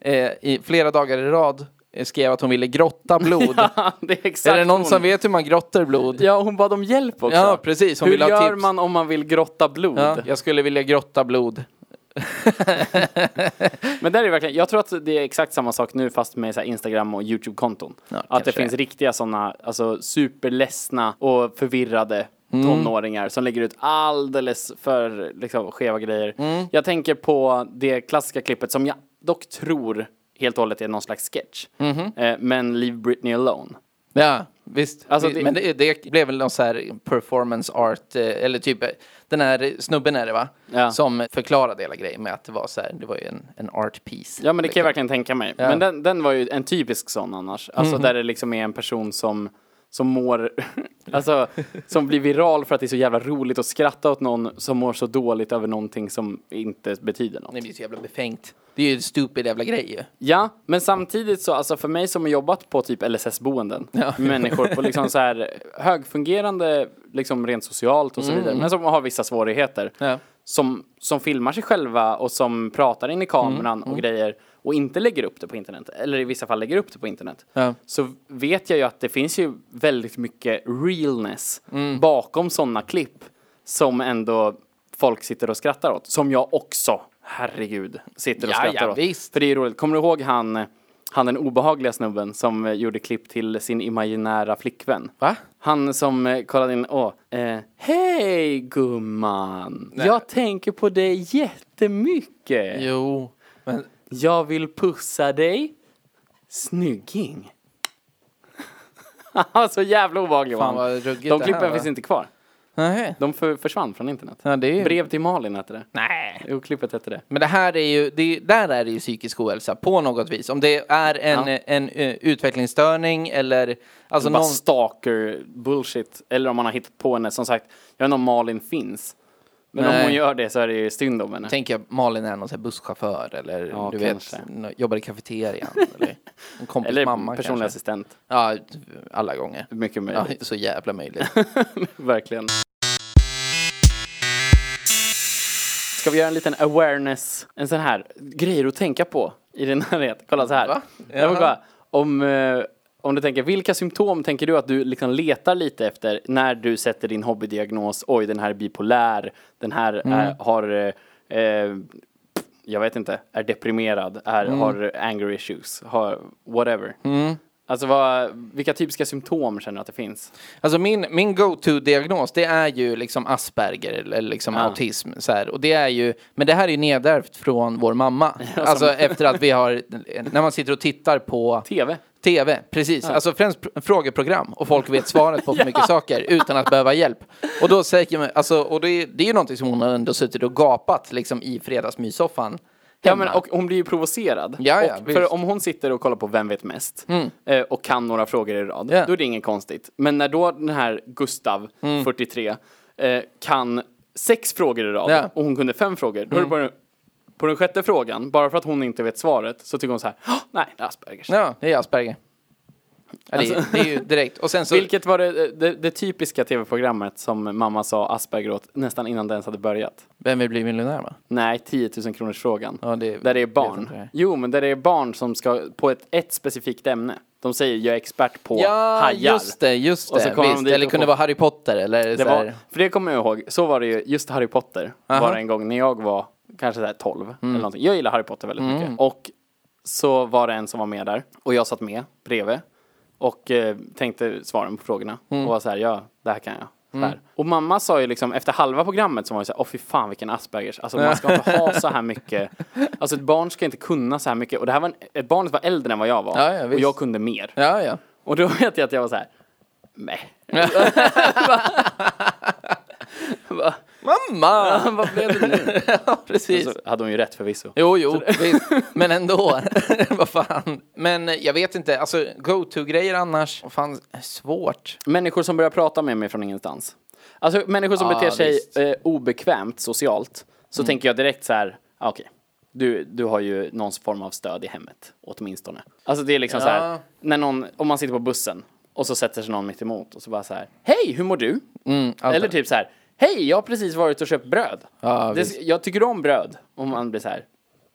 [SPEAKER 2] eh, i flera dagar i rad eh, skrev att hon ville grotta blod.
[SPEAKER 3] [LAUGHS] Ja, det är exakt
[SPEAKER 2] är det någon
[SPEAKER 3] hon.
[SPEAKER 2] som vet hur man grottar blod?
[SPEAKER 3] Ja, hon bad om hjälp också.
[SPEAKER 2] Ja, precis. Hon
[SPEAKER 3] Hur
[SPEAKER 2] ville ha
[SPEAKER 3] gör
[SPEAKER 2] tips.
[SPEAKER 3] man om man vill grotta blod?
[SPEAKER 2] Ja, jag skulle vilja grotta blod.
[SPEAKER 3] Men där är det verkligen, jag tror att det är exakt samma sak nu fast med så här Instagram och YouTube-konton.
[SPEAKER 2] Ja,
[SPEAKER 3] att
[SPEAKER 2] kanske
[SPEAKER 3] det
[SPEAKER 2] det.
[SPEAKER 3] finns riktiga sådana, alltså superledsna och förvirrade
[SPEAKER 2] Mm.
[SPEAKER 3] tonåringar som lägger ut alldeles för liksom, skeva grejer.
[SPEAKER 2] Mm.
[SPEAKER 3] Jag tänker på det klassiska klippet som jag dock tror helt och hållet är någon slags sketch.
[SPEAKER 2] Mm-hmm.
[SPEAKER 3] Eh, men Leave Britney Alone.
[SPEAKER 2] Ja, visst.
[SPEAKER 3] Alltså,
[SPEAKER 2] Vi-
[SPEAKER 3] det-
[SPEAKER 2] Men det, det blev väl någon så här performance art, eh, eller typ eh, den här snubben är det va?
[SPEAKER 3] Ja.
[SPEAKER 2] Som förklarade hela grejen med att det var så här, det var ju en, en art piece. Liksom.
[SPEAKER 3] Ja men det kan jag verkligen tänka mig. Men den, den var ju en typisk sån annars. Alltså där det liksom är en person som, som mår, [LAUGHS] alltså som blir viral för att det är så jävla roligt att skratta åt någon som mår så dåligt över någonting som inte betyder något.
[SPEAKER 2] Det blir så jävla befängt. Det är ju en stupid jävla grej ju.
[SPEAKER 3] Ja, men samtidigt så, alltså för mig som har jobbat på typ LSS-boenden, människor på liksom så här högfungerande, liksom rent socialt och så vidare, men som har vissa svårigheter,
[SPEAKER 2] Ja.
[SPEAKER 3] som, som filmar sig själva och som pratar
[SPEAKER 2] Mm,
[SPEAKER 3] in i kameran och grejer och inte lägger upp det på internet, eller i vissa fall lägger upp det på internet,
[SPEAKER 2] Ja.
[SPEAKER 3] så vet jag ju att det finns ju väldigt mycket realness
[SPEAKER 2] Mm.
[SPEAKER 3] bakom sådana klipp som ändå folk sitter och skrattar åt, som jag också, herregud, sitter och
[SPEAKER 2] Ja,
[SPEAKER 3] skrattar
[SPEAKER 2] ja,
[SPEAKER 3] åt.
[SPEAKER 2] visst.
[SPEAKER 3] För det är ju roligt. Kommer du ihåg han, han den obehagliga snubben som eh, gjorde klipp till sin imaginära flickvän?
[SPEAKER 2] Va?
[SPEAKER 3] Han som eh, kollade in, åh, eh, hej gumman, jag tänker på dig jättemycket.
[SPEAKER 2] Jo. Men,
[SPEAKER 3] Jag vill pussa dig, snygging. [LAUGHS] så jävla obehaglig var
[SPEAKER 2] Fan,
[SPEAKER 3] han.
[SPEAKER 2] vad ruggigt
[SPEAKER 3] De
[SPEAKER 2] det
[SPEAKER 3] klippen
[SPEAKER 2] här var.
[SPEAKER 3] finns inte kvar.
[SPEAKER 2] nej.
[SPEAKER 3] De för, försvann från internet.
[SPEAKER 2] Ja, det är ju-
[SPEAKER 3] Brev till Malin hette det.
[SPEAKER 2] nej.
[SPEAKER 3] Jo, klippet hette det.
[SPEAKER 2] Men det här är ju, det, där är det ju psykisk ohälsa på något vis. Om det är en,
[SPEAKER 3] Ja.
[SPEAKER 2] en, eh, utvecklingsstörning eller... Alltså
[SPEAKER 3] bara
[SPEAKER 2] någon,
[SPEAKER 3] stalker bullshit. Eller om man har hittat på henne. Som sagt, jag vet inte om Malin finns. Men om
[SPEAKER 2] Nej.
[SPEAKER 3] hon gör det så är det ju synd om henne.
[SPEAKER 2] tänker jag Malin är någon så här busschaufför eller
[SPEAKER 3] Ja,
[SPEAKER 2] du vet,
[SPEAKER 3] kanske.
[SPEAKER 2] n- jobbar i
[SPEAKER 3] [LAUGHS]
[SPEAKER 2] kafeterian. eller en kompis
[SPEAKER 3] Eller
[SPEAKER 2] mamma
[SPEAKER 3] personlig
[SPEAKER 2] kanske.
[SPEAKER 3] assistent.
[SPEAKER 2] Ja, alla gånger.
[SPEAKER 3] Mycket
[SPEAKER 2] Ja,
[SPEAKER 3] möjligt.
[SPEAKER 2] så jävla möjligt.
[SPEAKER 3] Verkligen. Ska vi göra en liten awareness? En sån här grejer att tänka på i din [LAUGHS] närhet. Kolla [LAUGHS] så här.
[SPEAKER 2] Va?
[SPEAKER 3] Jag vill
[SPEAKER 2] Jaha.
[SPEAKER 3] bara, om, eh, om du tänker, vilka symptom tänker du att du liksom letar lite efter när du sätter din hobbydiagnos? Oj, den här är bipolär. Den här
[SPEAKER 2] Mm.
[SPEAKER 3] är, har, eh, eh, jag vet inte, är deprimerad, är,
[SPEAKER 2] Mm.
[SPEAKER 3] har anger issues, har whatever. Alltså vad, vilka typiska symptom känner du att det finns?
[SPEAKER 2] Alltså min, min go-to-diagnos det är ju liksom Asperger eller liksom autism. Så här. Och det är ju, men det här är ju nedärvt från vår
[SPEAKER 3] [LAUGHS]
[SPEAKER 2] mamma. Alltså efter att vi har, när man sitter och tittar på
[SPEAKER 3] TV.
[SPEAKER 2] TV, precis. Alltså främst pr- frågeprogram och folk vet svaret
[SPEAKER 3] [LAUGHS]
[SPEAKER 2] på för mycket saker utan att behöva hjälp. Och då säger man, alltså, och det, är- det är ju någonting som hon har ändå suttit och gapat liksom i fredagsmyssoffan.
[SPEAKER 3] Ja,
[SPEAKER 2] hemma.
[SPEAKER 3] men, och hon blir ju provocerad.
[SPEAKER 2] Ja, ja,
[SPEAKER 3] och,
[SPEAKER 2] visst. Mm.
[SPEAKER 3] för om hon sitter och kollar på Vem vet mest eh, och kan några frågor i rad,
[SPEAKER 2] Ja. Mm.
[SPEAKER 3] då är det inget konstigt. Men när då den här Gustav, 43, eh, kan sex frågor i rad
[SPEAKER 2] Ja. Mm.
[SPEAKER 3] och hon kunde fem frågor, då är det bara på den sjätte frågan, bara för att hon inte vet svaret, så tycker hon så här, "Åh, nej, det är Aspergers.
[SPEAKER 2] Ja, det är Asperger. Ja, det,
[SPEAKER 3] Alltså-
[SPEAKER 2] är, det är ju direkt. Och sen så...
[SPEAKER 3] Vilket var det, eh, det, det typiska tv-programmet som mamma sa Asperger åt nästan innan det ens hade börjat?
[SPEAKER 2] Vem vill bli miljonär va?
[SPEAKER 3] Nej, 10 000 kronors frågan.
[SPEAKER 2] Ja, det-
[SPEAKER 3] där det är
[SPEAKER 2] vet
[SPEAKER 3] barn.
[SPEAKER 2] inte det här.
[SPEAKER 3] Jo, men där det är barn som ska på ett, ett specifikt ämne. De säger jag är expert på
[SPEAKER 2] Ja,
[SPEAKER 3] hajar.
[SPEAKER 2] just det, just
[SPEAKER 3] Och så
[SPEAKER 2] det.
[SPEAKER 3] kommer de
[SPEAKER 2] Visst.
[SPEAKER 3] dit
[SPEAKER 2] Eller
[SPEAKER 3] och
[SPEAKER 2] kunde
[SPEAKER 3] får-
[SPEAKER 2] vara Harry Potter eller
[SPEAKER 3] Det
[SPEAKER 2] så
[SPEAKER 3] var,
[SPEAKER 2] här.
[SPEAKER 3] för det kommer jag ihåg, så var det ju, just Harry Potter var
[SPEAKER 2] Aha. Mm.
[SPEAKER 3] det en gång när jag var kanske där 12 eller någonting. Jag gillar Harry Potter väldigt mycket. Och så var det en som var med där och jag satt med bredvid och eh, tänkte svaren på frågorna
[SPEAKER 2] Mm.
[SPEAKER 3] och var så här, ja, det här kan jag. Så här. Och mamma sa ju liksom efter halva programmet så var det så här, åh fy fan vilken aspergers, alltså man ska inte ha så här mycket,
[SPEAKER 2] [LAUGHS]
[SPEAKER 3] alltså ett barn ska inte kunna så här mycket och det här var en, ett barn som var äldre än vad jag var
[SPEAKER 2] Ja, ja,
[SPEAKER 3] och
[SPEAKER 2] visst.
[SPEAKER 3] jag kunde mer.
[SPEAKER 2] Ja, ja.
[SPEAKER 3] Och då [LAUGHS] vet jag att jag var så här, nej. Va? Va?
[SPEAKER 2] [LAUGHS] Mamma!
[SPEAKER 3] Vad blev det nu? [LAUGHS]
[SPEAKER 2] ja, precis.
[SPEAKER 3] Så hade hon ju rätt förvisso.
[SPEAKER 2] Jo, jo, visst. [LAUGHS] Men ändå. Vad fan. Men eh, jag vet inte, alltså go-to-grejer annars. Vad Fan, svårt.
[SPEAKER 3] Människor som börjar prata med mig från ingenstans. Alltså människor som
[SPEAKER 2] Ja,
[SPEAKER 3] beter sig
[SPEAKER 2] Ah, visst. Mm.
[SPEAKER 3] eh, obekvämt socialt. Så tänker jag direkt så här, ah, okej. Du, du har ju någon form av stöd i hemmet, åtminstone. Alltså det är liksom så här,
[SPEAKER 2] Ja.
[SPEAKER 3] när någon, om man sitter på bussen och så sätter sig någon mitt emot och så bara så här, hej, hur mår du?
[SPEAKER 2] Mm,
[SPEAKER 3] Eller typ så här, hej, jag har precis varit och köpt bröd.
[SPEAKER 2] Ja,
[SPEAKER 3] det, jag tycker om bröd. Om man blir så här,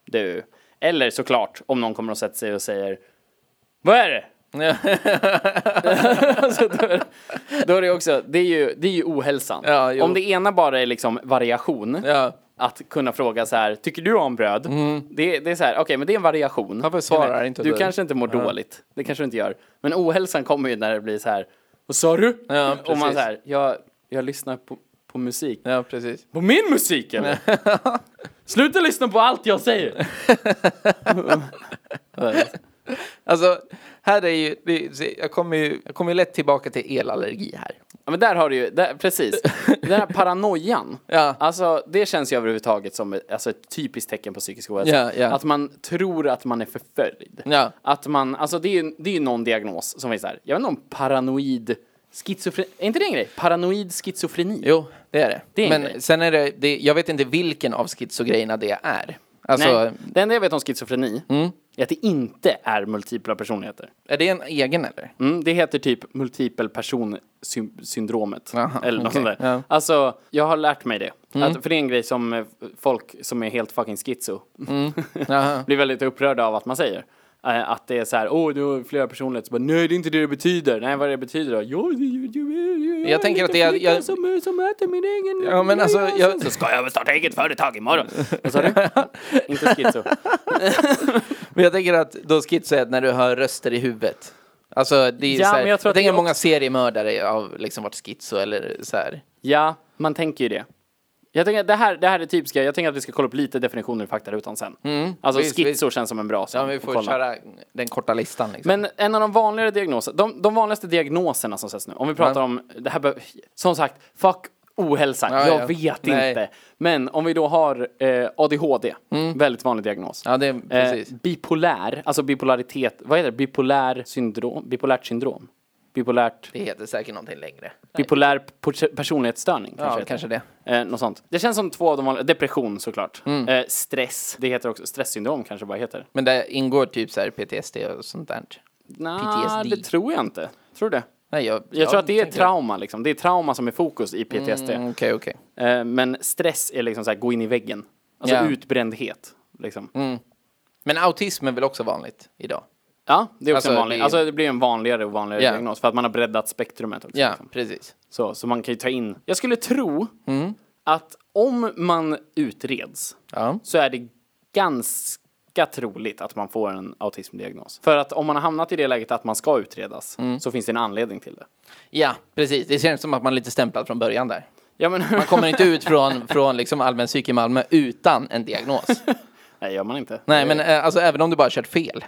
[SPEAKER 3] du. Eller såklart, om någon kommer och sätter sig och säger, vad är det? [LAUGHS] alltså, då, är- då är det också, det är ju, det är ju ohälsan.
[SPEAKER 2] Ja, jo.
[SPEAKER 3] Om det ena bara är liksom variation,
[SPEAKER 2] Ja. Mm.
[SPEAKER 3] att kunna fråga så här, tycker du om bröd? Det, det är så här, okej men det är en variation.
[SPEAKER 2] Varför svarar inte
[SPEAKER 3] du?
[SPEAKER 2] du?
[SPEAKER 3] kanske inte mår dåligt, det kanske du inte gör. Men ohälsan kommer ju när det blir så här, vad sa du?
[SPEAKER 2] Ja,
[SPEAKER 3] och man
[SPEAKER 2] precis.
[SPEAKER 3] så här, jag, jag lyssnar på, på musik.
[SPEAKER 2] Ja, precis.
[SPEAKER 3] På min musik eller? [LAUGHS] Sluta lyssna på allt
[SPEAKER 2] [LAUGHS]
[SPEAKER 3] jag säger! [LAUGHS]
[SPEAKER 2] Alltså, här är ju, det, se, jag kommer ju, jag kommer ju lätt tillbaka till elallergi här.
[SPEAKER 3] Ja, men där har du ju, där,
[SPEAKER 2] [LAUGHS]
[SPEAKER 3] precis. Den här paranoian.
[SPEAKER 2] Ja.
[SPEAKER 3] Alltså det känns ju överhuvudtaget som ett- alltså, ett typiskt tecken på psykisk ohälsa.
[SPEAKER 2] Ja, ja.
[SPEAKER 3] Att man tror att man är förföljd.
[SPEAKER 2] Ja.
[SPEAKER 3] Att man, alltså det är ju, det är ju någon diagnos som finns där. Jag vet inte om paranoid schizofreni, är inte det en grej? Paranoid schizofreni?
[SPEAKER 2] Jo, det är det.
[SPEAKER 3] Det är en
[SPEAKER 2] Men
[SPEAKER 3] grej.
[SPEAKER 2] sen är det, det, jag vet inte vilken av schizogrejerna det är.
[SPEAKER 3] Nej,
[SPEAKER 2] Alltså, Mm.
[SPEAKER 3] det enda jag vet om schizofreni är att det inte är multipla personligheter.
[SPEAKER 2] är det en egen eller?
[SPEAKER 3] Mm, det heter typ multipel personsyndromet.
[SPEAKER 2] Jaha,
[SPEAKER 3] Eller något
[SPEAKER 2] okej.
[SPEAKER 3] sånt där.
[SPEAKER 2] Ja. Mm.
[SPEAKER 3] Alltså, jag har lärt mig det. Att, för det är en grej som eh, folk som är helt fucking schizo
[SPEAKER 2] Mm.
[SPEAKER 3] [LAUGHS]
[SPEAKER 2] Jaha.
[SPEAKER 3] blir väldigt upprörda av att man säger. Eh, Att det är så här, åh du har flera personligheter, så bara, nej det är inte det det betyder. Nej vad det betyder då? Jo, det- jo, jo, jo, jo,
[SPEAKER 2] Jag tänker att det är-
[SPEAKER 3] Jag, är en
[SPEAKER 2] jag-
[SPEAKER 3] liten flicka som, eh, som äter min egen...
[SPEAKER 2] Ja, men alltså, jag-
[SPEAKER 3] Så ska jag väl starta eget företag imorgon.
[SPEAKER 2] [LAUGHS]
[SPEAKER 3] Vad sa du? inte schizo.
[SPEAKER 2] Men jag tänker att då skitsa är när du hör röster i huvudet. Alltså, det är
[SPEAKER 3] Ja,
[SPEAKER 2] så här,
[SPEAKER 3] men
[SPEAKER 2] jag,
[SPEAKER 3] jag tror att
[SPEAKER 2] tänker
[SPEAKER 3] det är
[SPEAKER 2] många seriemördare har liksom varit schizo eller så här.
[SPEAKER 3] Ja, man tänker ju det. Jag tänker att det här, det här är typiska, jag tänker att vi ska kolla upp lite definitioner i faktarutan sen. alltså
[SPEAKER 2] Mm. visst,
[SPEAKER 3] schizo känns som en bra sak
[SPEAKER 2] Ja, men vi
[SPEAKER 3] att
[SPEAKER 2] får
[SPEAKER 3] kolla.
[SPEAKER 2] köra den korta listan liksom.
[SPEAKER 3] Men en av de vanligare diagnoserna, de, de vanligaste diagnoserna som sätts nu, om vi pratar om, det här be- som sagt, fuck ohälsa,
[SPEAKER 2] Ja,
[SPEAKER 3] jag
[SPEAKER 2] ja.
[SPEAKER 3] vet
[SPEAKER 2] Nej.
[SPEAKER 3] inte. Men om vi då har eh, ADHD, väldigt vanlig diagnos.
[SPEAKER 2] Mm. Ja, det är
[SPEAKER 3] Eh.
[SPEAKER 2] precis.
[SPEAKER 3] bipolär, alltså bipolaritet, vad heter det? Bipolär syndrom, bipolärt syndrom? Bipolärt,
[SPEAKER 2] Det heter säkert någonting längre.
[SPEAKER 3] bipolär pers- personlighetsstörning
[SPEAKER 2] Ja,
[SPEAKER 3] kanske,
[SPEAKER 2] kanske,
[SPEAKER 3] heter.
[SPEAKER 2] det.
[SPEAKER 3] Eh, något sånt. Det känns som två av de vanliga. Depression såklart.
[SPEAKER 2] Mm.
[SPEAKER 3] Eh, stress. Det heter också stresssyndrom kanske bara heter.
[SPEAKER 2] Men det ingår typ så här PTSD och sånt där.
[SPEAKER 3] Nah,
[SPEAKER 2] PTSD.
[SPEAKER 3] det tror jag inte. Tror du det?
[SPEAKER 2] Nej, jag,
[SPEAKER 3] Jag tror att det är trauma liksom. Det är trauma som är fokus i PTSD.
[SPEAKER 2] Mm, Okej, okej.
[SPEAKER 3] Eh, men stress är liksom så här gå in i väggen. Alltså
[SPEAKER 2] Ja. Mm.
[SPEAKER 3] utbrändhet. Liksom.
[SPEAKER 2] Men autism är väl också vanligt idag?
[SPEAKER 3] Ja, det är också
[SPEAKER 2] Alltså,
[SPEAKER 3] en vanlig.
[SPEAKER 2] det är-
[SPEAKER 3] Alltså det blir en vanligare och vanligare
[SPEAKER 2] Ja.
[SPEAKER 3] diagnos för att man har breddat spektrumet också.
[SPEAKER 2] Ja,
[SPEAKER 3] liksom.
[SPEAKER 2] precis.
[SPEAKER 3] Så, så man kan ju ta in. Jag skulle tro
[SPEAKER 2] Mm.
[SPEAKER 3] att om man utreds
[SPEAKER 2] Ja.
[SPEAKER 3] så är det ganska troligt att man får en autismdiagnos. För att om man har hamnat i det läget att man ska utredas
[SPEAKER 2] Mm.
[SPEAKER 3] så finns det en anledning till det.
[SPEAKER 2] ja, precis. Det känns som att man är lite stämplad från början där.
[SPEAKER 3] Ja, men
[SPEAKER 2] Man kommer inte ut från, från liksom allmän psyk i Malmö utan en diagnos.
[SPEAKER 3] [LAUGHS] Nej, gör man inte.
[SPEAKER 2] Nej, men eh, alltså, även om du bara kört fel.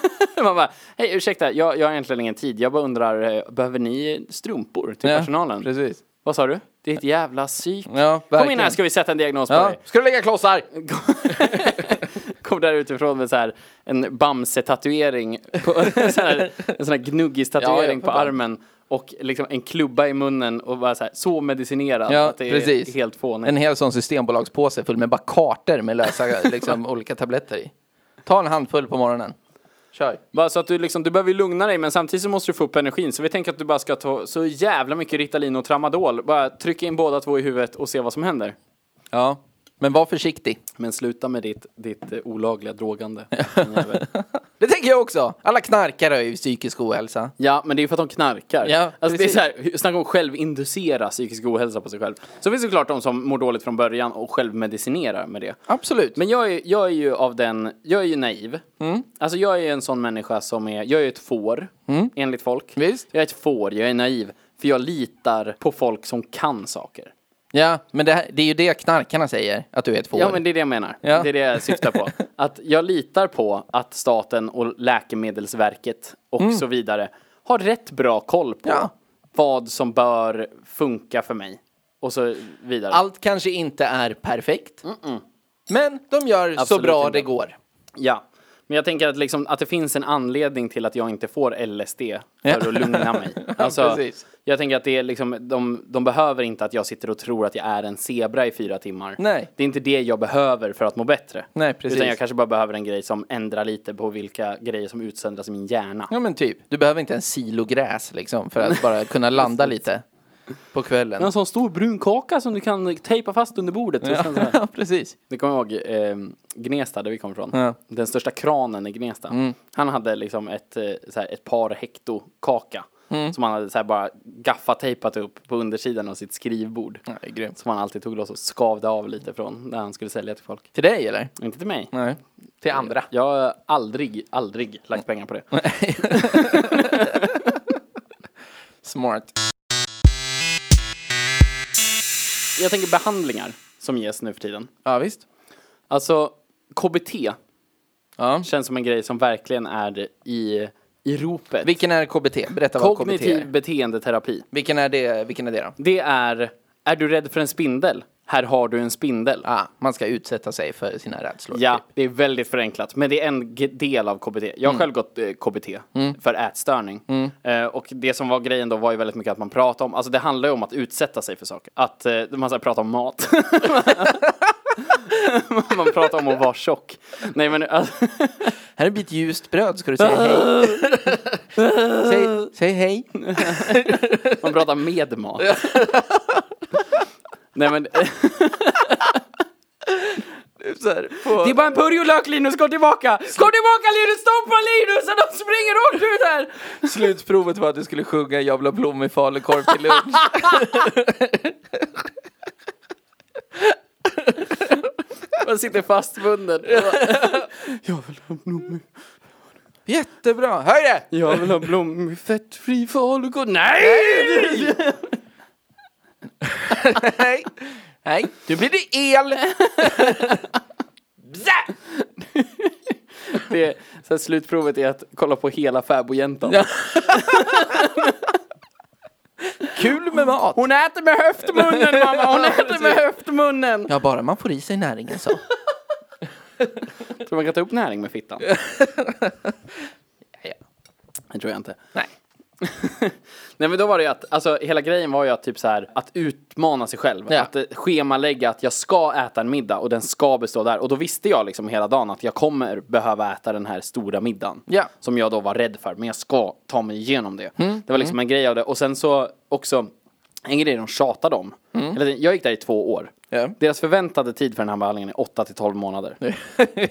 [SPEAKER 3] [LAUGHS] man bara, hej ursäkta, jag, jag har egentligen ingen tid. Jag bara undrar, eh, behöver ni strumpor till
[SPEAKER 2] Ja,
[SPEAKER 3] personalen?
[SPEAKER 2] Precis.
[SPEAKER 3] Vad sa du? Det är ett jävla psyk.
[SPEAKER 2] Ja,
[SPEAKER 3] Kom in här
[SPEAKER 2] verkligen.
[SPEAKER 3] ska vi sätta en diagnos på
[SPEAKER 2] Ja.
[SPEAKER 3] dig.
[SPEAKER 2] Ska du lägga klossar?
[SPEAKER 3] Kom där utifrån med så här en Bamse-tatuering, på, [LAUGHS] så här, en sån här
[SPEAKER 2] Ja,
[SPEAKER 3] gnuggis-tatuering
[SPEAKER 2] ja, för
[SPEAKER 3] på
[SPEAKER 2] fan.
[SPEAKER 3] armen och liksom en klubba i munnen och bara så här, så medicinerad
[SPEAKER 2] Ja,
[SPEAKER 3] att det är
[SPEAKER 2] precis.
[SPEAKER 3] helt fånigt.
[SPEAKER 2] En hel sån systembolagspåse full med bara kartor med lösa liksom, olika tabletter i. Ta en handfull på morgonen. Kör.
[SPEAKER 3] Bara så att du liksom, du behöver ju lugna dig men samtidigt så måste du få upp energin. Så vi tänker att du bara ska ta så jävla mycket Ritalin och Tramadol. Bara trycka in båda två i huvudet och se vad som händer.
[SPEAKER 2] Ja. Men var försiktig.
[SPEAKER 3] Men sluta med ditt, ditt eh, olagliga drogande.
[SPEAKER 2] Det tänker jag också. Alla knarkare har ju psykisk ohälsa.
[SPEAKER 3] ja, men det är ju för att de knarkar.
[SPEAKER 2] Ja,
[SPEAKER 3] alltså det är
[SPEAKER 2] precis.
[SPEAKER 3] så här, snacka om självinducera psykisk ohälsa på sig själv. Så finns det såklart de som mår dåligt från början och självmedicinerar med det.
[SPEAKER 2] Absolut.
[SPEAKER 3] Men jag är, jag är ju av den, jag är ju naiv.
[SPEAKER 2] Mm.
[SPEAKER 3] Alltså jag är ju en sån människa som är, jag är ett får, enligt folk.
[SPEAKER 2] Mm. Visst.
[SPEAKER 3] Jag är ett får, jag är naiv. För jag litar på folk som kan saker.
[SPEAKER 2] ja, men det, här, det är ju det knarkarna säger, att du är ett får.
[SPEAKER 3] Ja men det är det jag menar.
[SPEAKER 2] Ja.
[SPEAKER 3] Det är det jag
[SPEAKER 2] [LAUGHS]
[SPEAKER 3] syftar på. Att jag litar på att staten och Läkemedelsverket och så vidare har rätt bra koll på
[SPEAKER 2] Mm. Ja.
[SPEAKER 3] vad som bör funka för mig. och så vidare.
[SPEAKER 2] Allt kanske inte är perfekt. Men de gör så
[SPEAKER 3] Absolut
[SPEAKER 2] bra
[SPEAKER 3] inte.
[SPEAKER 2] det går.
[SPEAKER 3] Ja. Men jag tänker att, liksom, att det finns en anledning till att jag inte får LSD för att
[SPEAKER 2] [LAUGHS]
[SPEAKER 3] lugna mig. Alltså,
[SPEAKER 2] Precis.
[SPEAKER 3] jag tänker att det är liksom, de, de behöver inte att jag sitter och tror att jag är en zebra i fyra timmar.
[SPEAKER 2] Nej.
[SPEAKER 3] Det är inte det jag behöver för att må bättre.
[SPEAKER 2] Nej, precis.
[SPEAKER 3] Utan jag kanske bara behöver en grej som ändrar lite på vilka grejer som utsöndras i min hjärna.
[SPEAKER 2] Ja men typ, du behöver inte en silo gräs liksom för att bara [LAUGHS] kunna landa lite på kvällen.
[SPEAKER 3] En sån stor brun kaka som du kan tejpa fast under bordet. Det känns så här. [LAUGHS]
[SPEAKER 2] Ja, [LAUGHS] precis.
[SPEAKER 3] Det kommer jag ihåg eh, Gnesta, där vi kommer ifrån.
[SPEAKER 2] Ja.
[SPEAKER 3] Den största kranen i Gnesta. Han hade liksom ett, eh, så här, ett par hekto kaka. Som han hade så här bara gaffatejpat upp på undersidan av sitt skrivbord.
[SPEAKER 2] Ja, det är grymt.
[SPEAKER 3] Som han alltid tog loss och skavde av lite från när han skulle sälja till folk.
[SPEAKER 2] Till dig eller?
[SPEAKER 3] Inte till mig.
[SPEAKER 2] Nej. Till andra.
[SPEAKER 3] Jag har aldrig, aldrig lagt pengar på det.
[SPEAKER 2] Smart.
[SPEAKER 3] Jag tänker behandlingar som ges nu för tiden.
[SPEAKER 2] Ja visst.
[SPEAKER 3] Alltså, KBT
[SPEAKER 2] Ja.
[SPEAKER 3] känns som en grej som verkligen är i, i ropet.
[SPEAKER 2] Vilken är KBT? Berätta vad KBT
[SPEAKER 3] Kognitiv
[SPEAKER 2] är.
[SPEAKER 3] beteendeterapi.
[SPEAKER 2] Vilken är det, vilken är det då?
[SPEAKER 3] Det är, är du rädd för en spindel? Här har du en spindel.
[SPEAKER 2] Ah, man ska utsätta sig för sina rädslor.
[SPEAKER 3] Ja,
[SPEAKER 2] typ.
[SPEAKER 3] det är väldigt förenklat. Men det är en g- del av KBT. Jag har själv gått eh, KBT för ätstörning. Eh, och det som var grejen då var ju väldigt mycket att man pratade om, alltså det handlar ju om att utsätta sig för saker. Att eh, man ska prata om mat. [LAUGHS] man pratar om att vara tjock. Nej men alltså,
[SPEAKER 2] Här är en bit ljust bröd, ska du säga [LAUGHS] hej? säg, säg hej.
[SPEAKER 3] [LAUGHS] man pratar med mat. Nej men, eh, det är bara en purjolök Linus, gå tillbaka! Kom tillbaka Linus, stoppa Linus! De springer rakt ut här!
[SPEAKER 2] Slutprovet var att du skulle sjunga Jag vill ha blommig falukorv till lunch.
[SPEAKER 3] Man sitter fastbunden.
[SPEAKER 2] [LAUGHS] Jättebra, höj det!
[SPEAKER 3] Jag vill ha blommig fettfri falukorv. Nej!
[SPEAKER 2] Nej. Nej, nu blir det el! Bzä!
[SPEAKER 3] Det är, så här, slutprovet är att kolla på hela fäbodjäntan. [LAUGHS]
[SPEAKER 2] Kul med mat!
[SPEAKER 3] Hon äter med höftmunnen mamma, [LAUGHS] hon äter med höftmunnen!
[SPEAKER 2] Ja, bara man får i sig näringen så.
[SPEAKER 3] Tror man kan ta upp näring med [LAUGHS] fittan?
[SPEAKER 2] ja.
[SPEAKER 3] Det tror jag inte.
[SPEAKER 2] Nej.
[SPEAKER 3] Nej men då var det ju att, alltså hela grejen var ju att typ så här, att utmana sig själv.
[SPEAKER 2] Ja.
[SPEAKER 3] Att eh, schemalägga att jag ska äta en middag och den ska bestå där. Och då visste jag liksom hela dagen att jag kommer behöva äta den här stora middagen.
[SPEAKER 2] Ja. Mm.
[SPEAKER 3] Som jag då var rädd för, men jag ska ta mig igenom det. Det var liksom en grej av det. Och sen så också, en grej de tjatade om. Eller, Jag gick där i två år.
[SPEAKER 2] Mm. Ja.
[SPEAKER 3] Deras förväntade tid för den här behandlingen är 8 till 12 månader.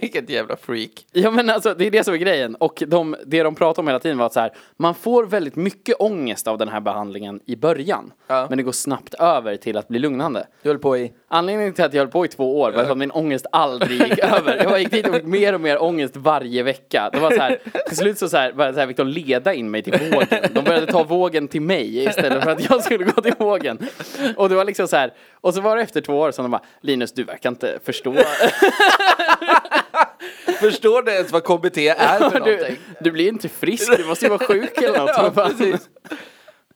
[SPEAKER 2] Vilket jävla freak.
[SPEAKER 3] Ja men alltså det är det som är grejen. Och de, det de pratade om hela tiden var att så här, man får väldigt mycket ångest av den här behandlingen i början.
[SPEAKER 2] Ja.
[SPEAKER 3] Men det går snabbt över till att bli lugnande.
[SPEAKER 2] Du höll på i...
[SPEAKER 3] Anledningen till att jag höll på i två år var att min ångest aldrig gick över. Jag bara gick dit och fick mer och mer ångest varje vecka. Det var så här, till slut så, så här, bara så här, fick de leda in mig till vågen. De började ta vågen till mig istället för att jag skulle gå till vågen. Och det var liksom så här, och så var det efter två år som de bara, Linus du verkar inte förstå.
[SPEAKER 2] Förstår du ens vad KBT är för
[SPEAKER 3] Du,
[SPEAKER 2] någonting?
[SPEAKER 3] du blir inte frisk, du måste ju vara sjuk eller något.
[SPEAKER 2] Ja,
[SPEAKER 3] Man bara, [LAUGHS]
[SPEAKER 2] precis.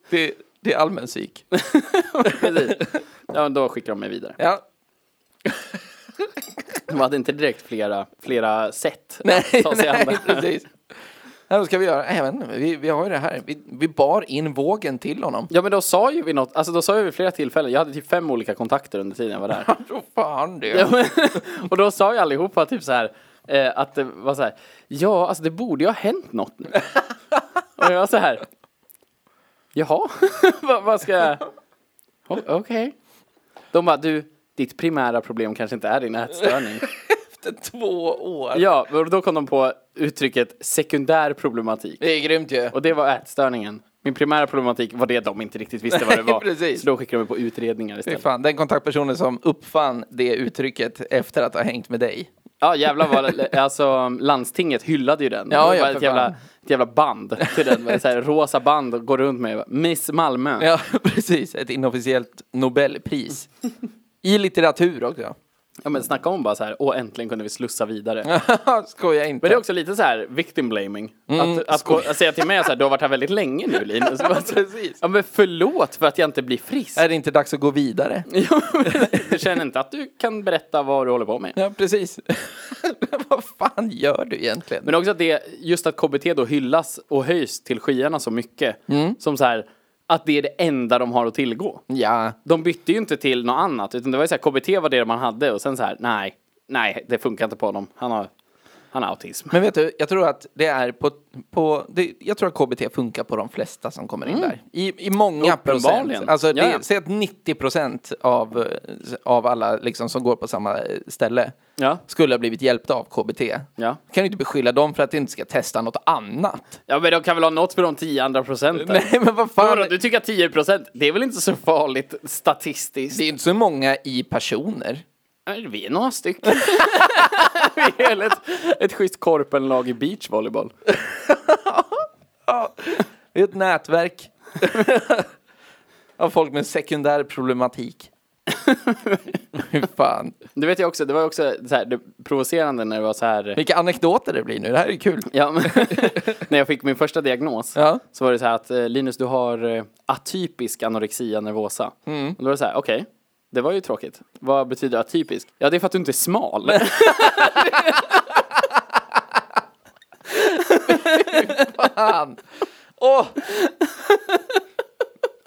[SPEAKER 2] Det, det är allmän psyk.
[SPEAKER 3] precis. Ja, men då skickar de mig vidare.
[SPEAKER 2] Ja.
[SPEAKER 3] De hade inte direkt flera, flera sätt
[SPEAKER 2] Nej,
[SPEAKER 3] att ta sig an
[SPEAKER 2] nej
[SPEAKER 3] det.
[SPEAKER 2] precis. Ja, vad ska vi göra? Nej, Jag vet inte, vi, vi har ju det här. Vi, vi bar in vågen till honom.
[SPEAKER 3] Ja men då sa ju vi något, alltså då sa ju vi flera tillfällen, jag hade typ fem olika kontakter under tiden jag var där.
[SPEAKER 2] Tror fan det.
[SPEAKER 3] Ja, men, [LAUGHS] och då sa ju allihopa typ så här, eh, att det var så här, ja alltså det borde ju ha hänt något
[SPEAKER 2] [LAUGHS]
[SPEAKER 3] nu. och jag var så här, jaha, [LAUGHS] vad, vad ska jag, O- okej. De bara, du, ditt primära problem kanske inte är
[SPEAKER 2] [LAUGHS]
[SPEAKER 3] din ätstörning.
[SPEAKER 2] Efter två år.
[SPEAKER 3] ja, och då kom de på uttrycket sekundär problematik.
[SPEAKER 2] Det är grymt ju.
[SPEAKER 3] Och det var ätstörningen. Min primära problematik var det de inte riktigt
[SPEAKER 2] [LAUGHS]
[SPEAKER 3] visste vad det
[SPEAKER 2] Nej,
[SPEAKER 3] var.
[SPEAKER 2] precis.
[SPEAKER 3] Så då skickade de mig på utredningar
[SPEAKER 2] Fy
[SPEAKER 3] istället.
[SPEAKER 2] fan, den kontaktpersonen som uppfann det uttrycket efter att ha hängt med dig.
[SPEAKER 3] Ja jävlar vad, alltså landstinget hyllade ju den.
[SPEAKER 2] Ja,
[SPEAKER 3] det
[SPEAKER 2] ja,
[SPEAKER 3] var
[SPEAKER 2] för
[SPEAKER 3] ett, jävla,
[SPEAKER 2] fan.
[SPEAKER 3] ett jävla band till den. med Så här, rosa band och går runt med bara, Miss Malmö.
[SPEAKER 2] [LAUGHS] [LAUGHS] Ja, precis. Ett inofficiellt Nobelpris. I litteratur också.
[SPEAKER 3] Ja men snacka om bara så här, åh äntligen kunde vi slussa vidare. Men
[SPEAKER 2] Skoja inte.
[SPEAKER 3] det är också lite så här victim blaming.
[SPEAKER 2] Mm,
[SPEAKER 3] att, att, gå, att säga till mig så här, du har varit här väldigt länge
[SPEAKER 2] [LAUGHS]
[SPEAKER 3] nu Linus. Bara så här,
[SPEAKER 2] Precis.
[SPEAKER 3] Ja men förlåt för att jag inte blir frisk. [LAUGHS]
[SPEAKER 2] Är det inte dags att gå vidare?
[SPEAKER 3] jag känner inte att du kan berätta vad du håller på med.
[SPEAKER 2] Ja, [LAUGHS] precis. Vad fan gör du egentligen?
[SPEAKER 3] Men också att det, just att KBT då hyllas och höjs till skyarna så mycket.
[SPEAKER 2] Mm.
[SPEAKER 3] Som så här, att det är det enda de har att tillgå.
[SPEAKER 2] Ja,
[SPEAKER 3] De bytte ju inte till något annat, utan det var ju så här, KBT var det man hade och sen så här, nej, nej, det funkar inte på honom. Han har, han har autism.
[SPEAKER 2] men vet du, jag tror att det är på... på det, jag tror att KBT funkar på de flesta som kommer in där. I, i många
[SPEAKER 3] Mm. Uppenbarligen.
[SPEAKER 2] procent. Alltså, det,
[SPEAKER 3] Ja, ja.
[SPEAKER 2] Säg att 90 procent av, eh, av alla liksom, som går på samma eh, ställe
[SPEAKER 3] Ja.
[SPEAKER 2] skulle ha blivit hjälpta av KBT.
[SPEAKER 3] Ja.
[SPEAKER 2] Kan du inte beskylla dem för att de inte ska testa något annat?
[SPEAKER 3] Ja men de kan väl ha något för de 10 andra procenten?
[SPEAKER 2] [LAUGHS] Nej, men vad fan.
[SPEAKER 3] Vadå, Du tycker att 10 procent, det är väl inte så farligt statistiskt?
[SPEAKER 2] Det är inte så många i personer.
[SPEAKER 3] Nej, Vi är några stycken. [LAUGHS] Vi är ett, ett schysst korpenlag i beachvolleyboll.
[SPEAKER 2] Det är ett
[SPEAKER 3] [LAUGHS]
[SPEAKER 2] nätverk av folk med sekundär
[SPEAKER 3] [LAUGHS]
[SPEAKER 2] problematik. Hur fan.
[SPEAKER 3] Du vet jag också, det var också så här, det provocerande när det var så här.
[SPEAKER 2] Vilka anekdoter det blir nu, det här är kul.
[SPEAKER 3] Ja, men, [LAUGHS] när jag fick min första diagnos
[SPEAKER 2] Ja.
[SPEAKER 3] så var det så här att eh, Linus du har eh, atypisk anorexia nervosa.
[SPEAKER 2] Mm.
[SPEAKER 3] Och då var det så här, okej, det var ju tråkigt. Vad betyder atypisk? Ja, det är för att du inte är smal.
[SPEAKER 2] Fan. Åh!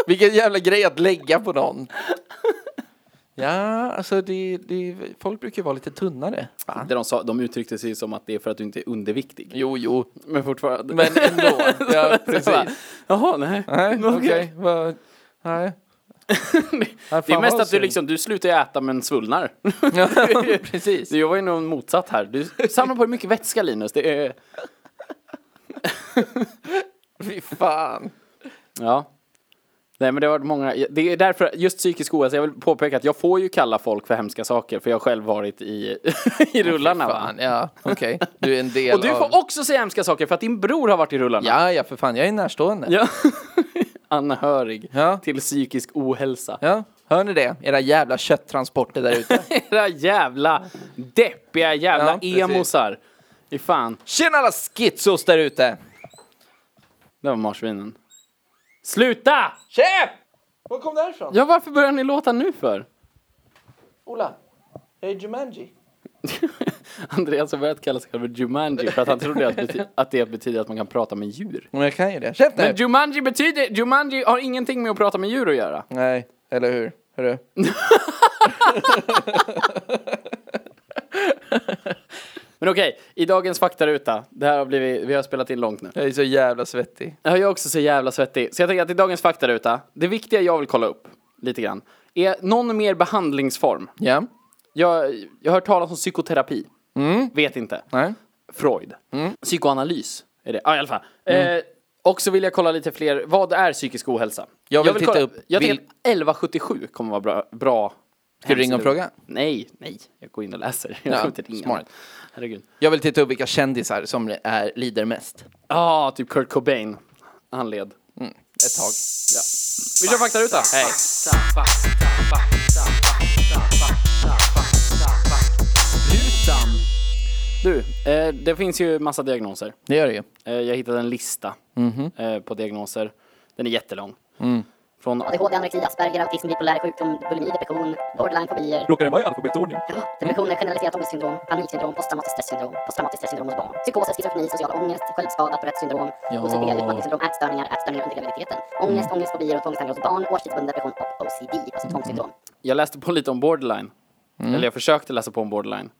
[SPEAKER 2] Vilken jävla grej att lägga på någon. Ja, alltså det, det, folk brukar ju vara lite tunnare. Fan.
[SPEAKER 3] [LAUGHS] [LAUGHS] det de, sa, de uttryckte sig som att det är för att du inte är underviktig.
[SPEAKER 2] Jo, jo,
[SPEAKER 3] Men fortfarande.
[SPEAKER 2] men
[SPEAKER 3] [LAUGHS]
[SPEAKER 2] ändå. Ja,
[SPEAKER 3] Så bara,
[SPEAKER 2] precis.
[SPEAKER 3] Jaha, nej.
[SPEAKER 2] Nej, okej.
[SPEAKER 3] [LAUGHS] Okej.
[SPEAKER 2] vad-
[SPEAKER 3] [LAUGHS]
[SPEAKER 2] Nej. Nej,
[SPEAKER 3] Det är
[SPEAKER 2] fan vad
[SPEAKER 3] mest att du
[SPEAKER 2] synd.
[SPEAKER 3] liksom, du slutar ju äta men svullnar.
[SPEAKER 2] [LAUGHS] Ja, precis.
[SPEAKER 3] [LAUGHS] Du jobbar ju nog motsatt här. Du samlar på dig mycket vätska Linus. Det är...
[SPEAKER 2] Fy fan.
[SPEAKER 3] Ja. Nej men det har varit många, det är därför, just psykisk ohälsa, jag vill påpeka att jag får ju kalla folk för hemska saker för jag har själv varit i, [LAUGHS] i rullarna va?
[SPEAKER 2] Fan, ja, okej. Du
[SPEAKER 3] [LAUGHS]
[SPEAKER 2] är en del
[SPEAKER 3] Och du
[SPEAKER 2] av...
[SPEAKER 3] får också säga hemska saker för att din bror har varit i rullarna.
[SPEAKER 2] Ja, ja, för fan, jag är närstående. Ja.
[SPEAKER 3] Ja. [LAUGHS] Anhörig
[SPEAKER 2] Ja.
[SPEAKER 3] till psykisk ohälsa. [LAUGHS]
[SPEAKER 2] Hör ni det? Era jävla kötttransporter där ute.
[SPEAKER 3] Era jävla deppiga jävla
[SPEAKER 2] Ja,
[SPEAKER 3] emosar. Fy fan,
[SPEAKER 2] Tjena alla schizos där ute!
[SPEAKER 3] det var marsvinen. Sluta!
[SPEAKER 2] Chef! Var kom det här ifrån?
[SPEAKER 3] Ja varför börjar ni låta nu för?
[SPEAKER 2] Ola, jag är Jumanji.
[SPEAKER 3] [LAUGHS] Andreas har börjat kalla sig själv för Jumanji för att han trodde att, bety- att det betyder att man kan prata med djur.
[SPEAKER 2] Men jag kan ju det. Chef nu!
[SPEAKER 3] Men Jumanji betyder, Jumanji har ingenting med att prata med djur att göra.
[SPEAKER 2] Nej, eller hur? Hörru.
[SPEAKER 3] Men okej, i dagens faktaruta, det här har blivit, vi har spelat in långt nu.
[SPEAKER 2] Jag är så jävla svettig.
[SPEAKER 3] Jag är också så jävla svettig, så jag tänker att i dagens faktaruta, det viktiga jag vill kolla upp lite grann, är någon mer behandlingsform.
[SPEAKER 2] Ja.
[SPEAKER 3] Jag, jag har hört talas om psykoterapi. Vet inte.
[SPEAKER 2] Nej.
[SPEAKER 3] Freud.
[SPEAKER 2] Mm.
[SPEAKER 3] Psykoanalys är det. Ja, i alla fall. Eh, och så vill jag kolla lite fler. Vad är psykisk ohälsa?
[SPEAKER 2] Jag vill titta
[SPEAKER 3] kolla,
[SPEAKER 2] upp-
[SPEAKER 3] Jag
[SPEAKER 2] vill-
[SPEAKER 3] tänker att 1177 kommer vara bra. bra
[SPEAKER 2] Ska du ringa och
[SPEAKER 3] hemsida.
[SPEAKER 2] fråga?
[SPEAKER 3] Nej, nej. Jag går in och läser. [LAUGHS] Jag
[SPEAKER 2] Ja,
[SPEAKER 3] kommer inte ringa.
[SPEAKER 2] smart.
[SPEAKER 3] Herregud.
[SPEAKER 2] Jag vill titta upp vilka kändisar som är, lider mest.
[SPEAKER 3] Ja, ah, typ Kurt Cobain. Han
[SPEAKER 2] Mm.
[SPEAKER 3] led.
[SPEAKER 2] Ett tag.
[SPEAKER 3] Ja. Vi kör faktaruta. Hej. Du, eh, det finns ju massa diagnoser.
[SPEAKER 2] Det gör det ju.
[SPEAKER 3] Eh, jag hittade en lista
[SPEAKER 2] Mhm.
[SPEAKER 3] eh, på diagnoser. Den är jättelång.
[SPEAKER 2] Mm.
[SPEAKER 3] Från
[SPEAKER 4] ADHD, anorexi, Asperger, autism, bipolär sjukdom, bulimi, depression, borderline, fobier.
[SPEAKER 5] Råkar den vara i alfabetordning?
[SPEAKER 4] Depression är generaliserat ångestsyndrom, paniksyndrom, posttraumatiskt stressyndrom, posttraumatiskt stressyndrom hos barn. Psykoser, schizofreni, social ångest, självskada, Tourettes syndrom, OCD, utmattningssyndrom, ätstörningar, ätstörningar under graviditeten. Ångest, ångest, fobier och tvångstankar hos barn, årstidsbunden depression och OCD, alltså tvångssyndrom.
[SPEAKER 3] Jag läste på lite om borderline.
[SPEAKER 2] Mm.
[SPEAKER 3] Eller jag försökte läsa på om borderline.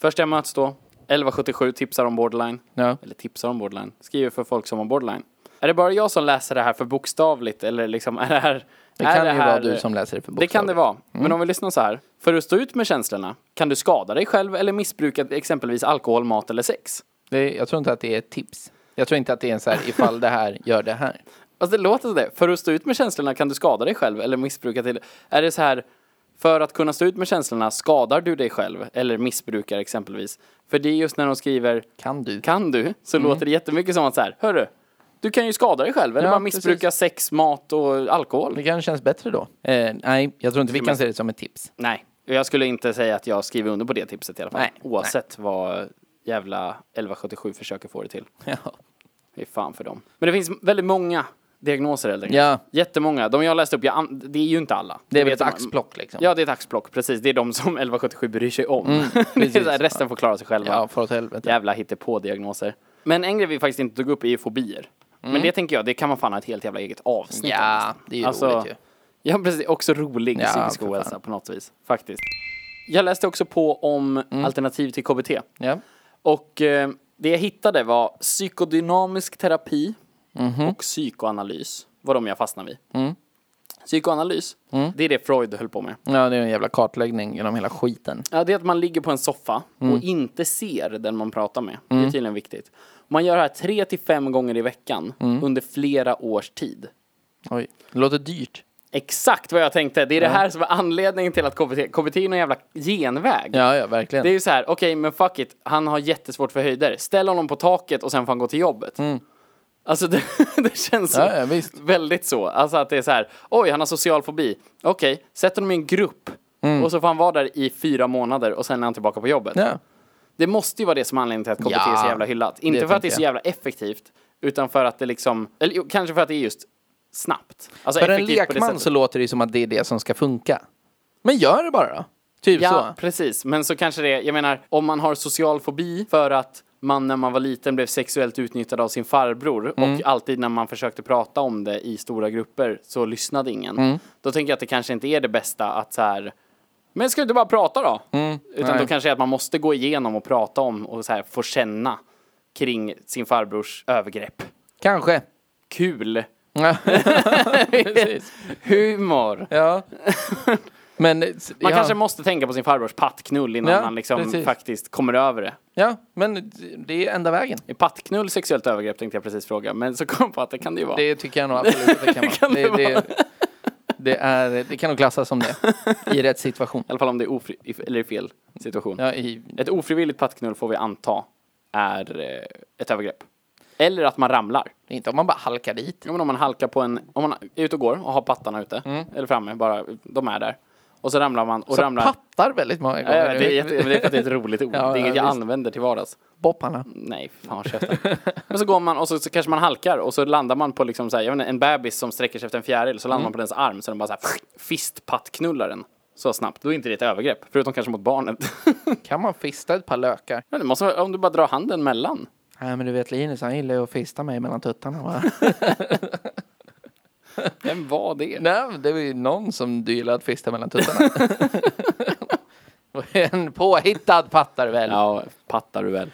[SPEAKER 3] Först jag möts då, 1177 tipsar om borderline.
[SPEAKER 2] Ja.
[SPEAKER 3] Eller tipsar om borderline. Skriver för folk som har borderline. Är det bara jag som läser det här för bokstavligt eller liksom är det här...
[SPEAKER 2] Det
[SPEAKER 3] är
[SPEAKER 2] kan
[SPEAKER 3] det
[SPEAKER 2] ju
[SPEAKER 3] här,
[SPEAKER 2] vara du som läser det för
[SPEAKER 3] Det kan det
[SPEAKER 2] bokstavligt.
[SPEAKER 3] vara. Men om vi lyssnar så här. För att stå ut med känslorna kan du skada dig själv eller missbruka exempelvis alkohol, mat eller sex.
[SPEAKER 2] Det, jag tror inte att det är ett tips. Jag tror inte att det är en så här ifall det här gör det här.
[SPEAKER 3] Alltså det låter så det. För att stå ut med känslorna kan du skada dig själv eller missbruka till... Är det så här, för att kunna stå ut med känslorna skadar du dig själv eller missbrukar exempelvis. För det är just när de skriver
[SPEAKER 2] Kan du?
[SPEAKER 3] kan du, så
[SPEAKER 2] Mm.
[SPEAKER 3] låter det jättemycket som att så här, hörru, du kan ju skada dig själv eller
[SPEAKER 2] Ja,
[SPEAKER 3] bara missbruka
[SPEAKER 2] precis.
[SPEAKER 3] sex, mat och alkohol. [LAUGHS]
[SPEAKER 2] Det kanske känns bättre då. Eh, nej, jag tror inte vi kan se det som ett tips.
[SPEAKER 3] Nej, Jag skulle inte säga att jag skriver under på det tipset i alla fall.
[SPEAKER 2] Nej,
[SPEAKER 3] Oavsett vad jävla 1177 försöker få det till.
[SPEAKER 2] Ja.
[SPEAKER 3] Det är fan för dem. Men det finns väldigt många diagnoser helt enkelt.
[SPEAKER 2] Ja.
[SPEAKER 3] Jättemånga. De jag läste upp, jag, an- det är ju inte alla.
[SPEAKER 2] Det är väl ett
[SPEAKER 3] vet man.
[SPEAKER 2] axplock liksom?
[SPEAKER 3] Ja, det är ett axplock, precis. Det är de som [LAUGHS] 1177 bryr sig om. [LAUGHS] det är
[SPEAKER 2] Mm, precis.
[SPEAKER 3] så här, resten får klara sig själva.
[SPEAKER 2] Ja, för åt helvete.
[SPEAKER 3] Jävla hittepå-diagnoser. Men en grej vi faktiskt inte tog upp är ju fobier. Men det tänker jag, det kan man fan ha ett helt jävla eget avsnitt om,
[SPEAKER 2] Mm. Ja,
[SPEAKER 3] nästan.
[SPEAKER 2] det är ju roligt ju.
[SPEAKER 3] Ja, precis. Också rolig
[SPEAKER 2] Ja,
[SPEAKER 3] psykisk
[SPEAKER 2] för fan.
[SPEAKER 3] ohälsa på något vis, faktiskt. Jag läste också på om
[SPEAKER 2] Mm.
[SPEAKER 3] alternativ till KBT.
[SPEAKER 2] Ja.
[SPEAKER 3] Och eh, det jag hittade var psykodynamisk terapi och psykoanalys. var de jag fastnade vid. Psykoanalys, det är det Freud höll på med.
[SPEAKER 2] ja, det är en jävla kartläggning genom hela skiten.
[SPEAKER 3] Ja, det är att man ligger på en soffa och inte ser den man pratar med. Det är tydligen viktigt. Man gör det här tre till fem gånger i veckan under flera års tid.
[SPEAKER 2] Oj, det låter dyrt.
[SPEAKER 3] Exakt vad jag tänkte. Det är det här som är anledningen till att KBT, KBT är någon jävla genväg.
[SPEAKER 2] Ja, ja, verkligen.
[SPEAKER 3] Det är ju så här, okej men fuck it, han har jättesvårt för höjder. Ställ honom på taket och sen får han gå till jobbet. Alltså det, [LAUGHS] det känns så,
[SPEAKER 2] Mm. Ja, ja, visst.
[SPEAKER 3] väldigt så. Alltså att det är så här, oj han har social fobi. Okej, sätt honom i en grupp. Och så får han vara där i fyra månader och sen är han tillbaka på jobbet.
[SPEAKER 2] Mm. Ja.
[SPEAKER 3] Det måste ju vara det som är anledningen till att KBT är så
[SPEAKER 2] Ja,
[SPEAKER 3] jävla hyllat. Inte för att det är
[SPEAKER 2] tänker
[SPEAKER 3] så jävla effektivt, utan för att det liksom, eller jo, kanske för att det är just snabbt. Alltså
[SPEAKER 2] För en
[SPEAKER 3] effektivt på det
[SPEAKER 2] lekman
[SPEAKER 3] sättet.
[SPEAKER 2] så låter det ju som att det är det som ska funka. Men gör det bara då. Typ
[SPEAKER 3] Ja,
[SPEAKER 2] så.
[SPEAKER 3] precis. Men så kanske det, jag menar, om man har social fobi för att man när man var liten blev sexuellt utnyttjad av sin farbror
[SPEAKER 2] Mm.
[SPEAKER 3] och alltid när man försökte prata om det i stora grupper så lyssnade ingen.
[SPEAKER 2] Mm.
[SPEAKER 3] Då tänker jag att det kanske inte är det bästa att så här, men ska du inte bara prata då? Utan
[SPEAKER 2] Mm. nej.
[SPEAKER 3] då kanske det är att man måste gå igenom och prata om och så här få känna kring sin farbrors övergrepp.
[SPEAKER 2] Kanske.
[SPEAKER 3] Kul!
[SPEAKER 2] Ja, [LAUGHS] Precis.
[SPEAKER 3] Humor!
[SPEAKER 2] Ja. Men,
[SPEAKER 3] Man
[SPEAKER 2] ja.
[SPEAKER 3] kanske måste tänka på sin farbrors pattknull innan
[SPEAKER 2] Ja,
[SPEAKER 3] man liksom
[SPEAKER 2] precis.
[SPEAKER 3] faktiskt kommer över det.
[SPEAKER 2] ja, men det är enda vägen.
[SPEAKER 3] Är pattknull sexuellt övergrepp tänkte jag precis fråga, men så kom jag på att det kan det ju vara.
[SPEAKER 2] Det tycker jag nog absolut att
[SPEAKER 3] [LAUGHS]
[SPEAKER 2] det kan vara.
[SPEAKER 3] Kan det
[SPEAKER 2] det, det, det, är, det kan nog klassas som det. I rätt situation.
[SPEAKER 3] I alla fall om det är ofri, if- eller i fel situation.
[SPEAKER 2] Ja, i,
[SPEAKER 3] Ett ofrivilligt pattknull får vi anta är eh, ett övergrepp. Eller att man ramlar.
[SPEAKER 2] inte om man bara halkar dit.
[SPEAKER 3] Ja, men om man halkar på en, om man är ute och går och har pattarna ute, eller framme, bara, de är där. Och så ramlar man och
[SPEAKER 2] Mm. Så
[SPEAKER 3] ramlar.
[SPEAKER 2] pattar väldigt många
[SPEAKER 3] Ja,
[SPEAKER 2] gånger.
[SPEAKER 3] jag vet, det, är jätte, men det är för att det är ett roligt ord.
[SPEAKER 2] Ja,
[SPEAKER 3] det är inget
[SPEAKER 2] ja,
[SPEAKER 3] jag
[SPEAKER 2] visst.
[SPEAKER 3] använder till vardags.
[SPEAKER 2] Bopparna.
[SPEAKER 3] Nej, fan käften. Men så går man och så, så kanske man halkar och så landar man på liksom så här, jag vet inte, en bebis som sträcker sig efter en fjäril så landar man på dens arm så den bara så här fistpattknullar den så snabbt. Då är inte det ett övergrepp, förutom kanske mot barnet. [LAUGHS]
[SPEAKER 2] Kan man fista ett par lökar?
[SPEAKER 3] Men det måste, vara- om du bara drar handen mellan.
[SPEAKER 2] Nej, men du vet Linus, han gillar ju att fista mig mellan tuttarna va?
[SPEAKER 3] Vem var det?
[SPEAKER 2] Nej, men det var ju någon som du gillade att fista mellan
[SPEAKER 3] [LAUGHS]
[SPEAKER 2] tuttarna. en påhittad pattar väl.
[SPEAKER 3] Ja, pattar du väl.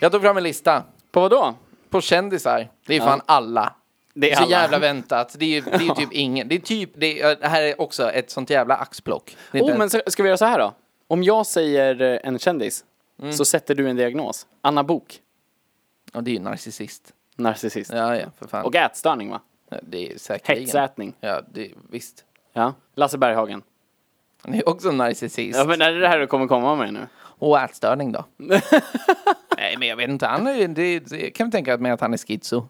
[SPEAKER 2] Jag tog fram en lista
[SPEAKER 3] På vad då?
[SPEAKER 2] på kändisar. Det är fan alla.
[SPEAKER 3] Det är
[SPEAKER 2] så
[SPEAKER 3] alla.
[SPEAKER 2] jävla väntat. Det är ju det är ju typ ingen. Det är typ, det, är, det här är också ett sånt jävla axplock. Det är inte
[SPEAKER 3] Oh, men
[SPEAKER 2] ens-
[SPEAKER 3] så, ska vi göra så här då? Om jag säger eh, en kändis så sätter du en diagnos. Anna Bok.
[SPEAKER 2] Ja, det är ju narcissist.
[SPEAKER 3] narcissist.
[SPEAKER 2] Ja, ja, för fan.
[SPEAKER 3] Och ätstörning va?
[SPEAKER 2] Ja, det är säkerligen.
[SPEAKER 3] Hetsätning.
[SPEAKER 2] Ja, det, visst.
[SPEAKER 3] Ja. Lasse Berghagen.
[SPEAKER 2] Han är också en narcissist.
[SPEAKER 3] Ja, men är det det här du kommer komma med nu?
[SPEAKER 2] Och ätstörning
[SPEAKER 3] [LAUGHS]
[SPEAKER 2] då? Nej, men jag vet inte. Han är, ju- det, det kan vi tänka med att han är schizo.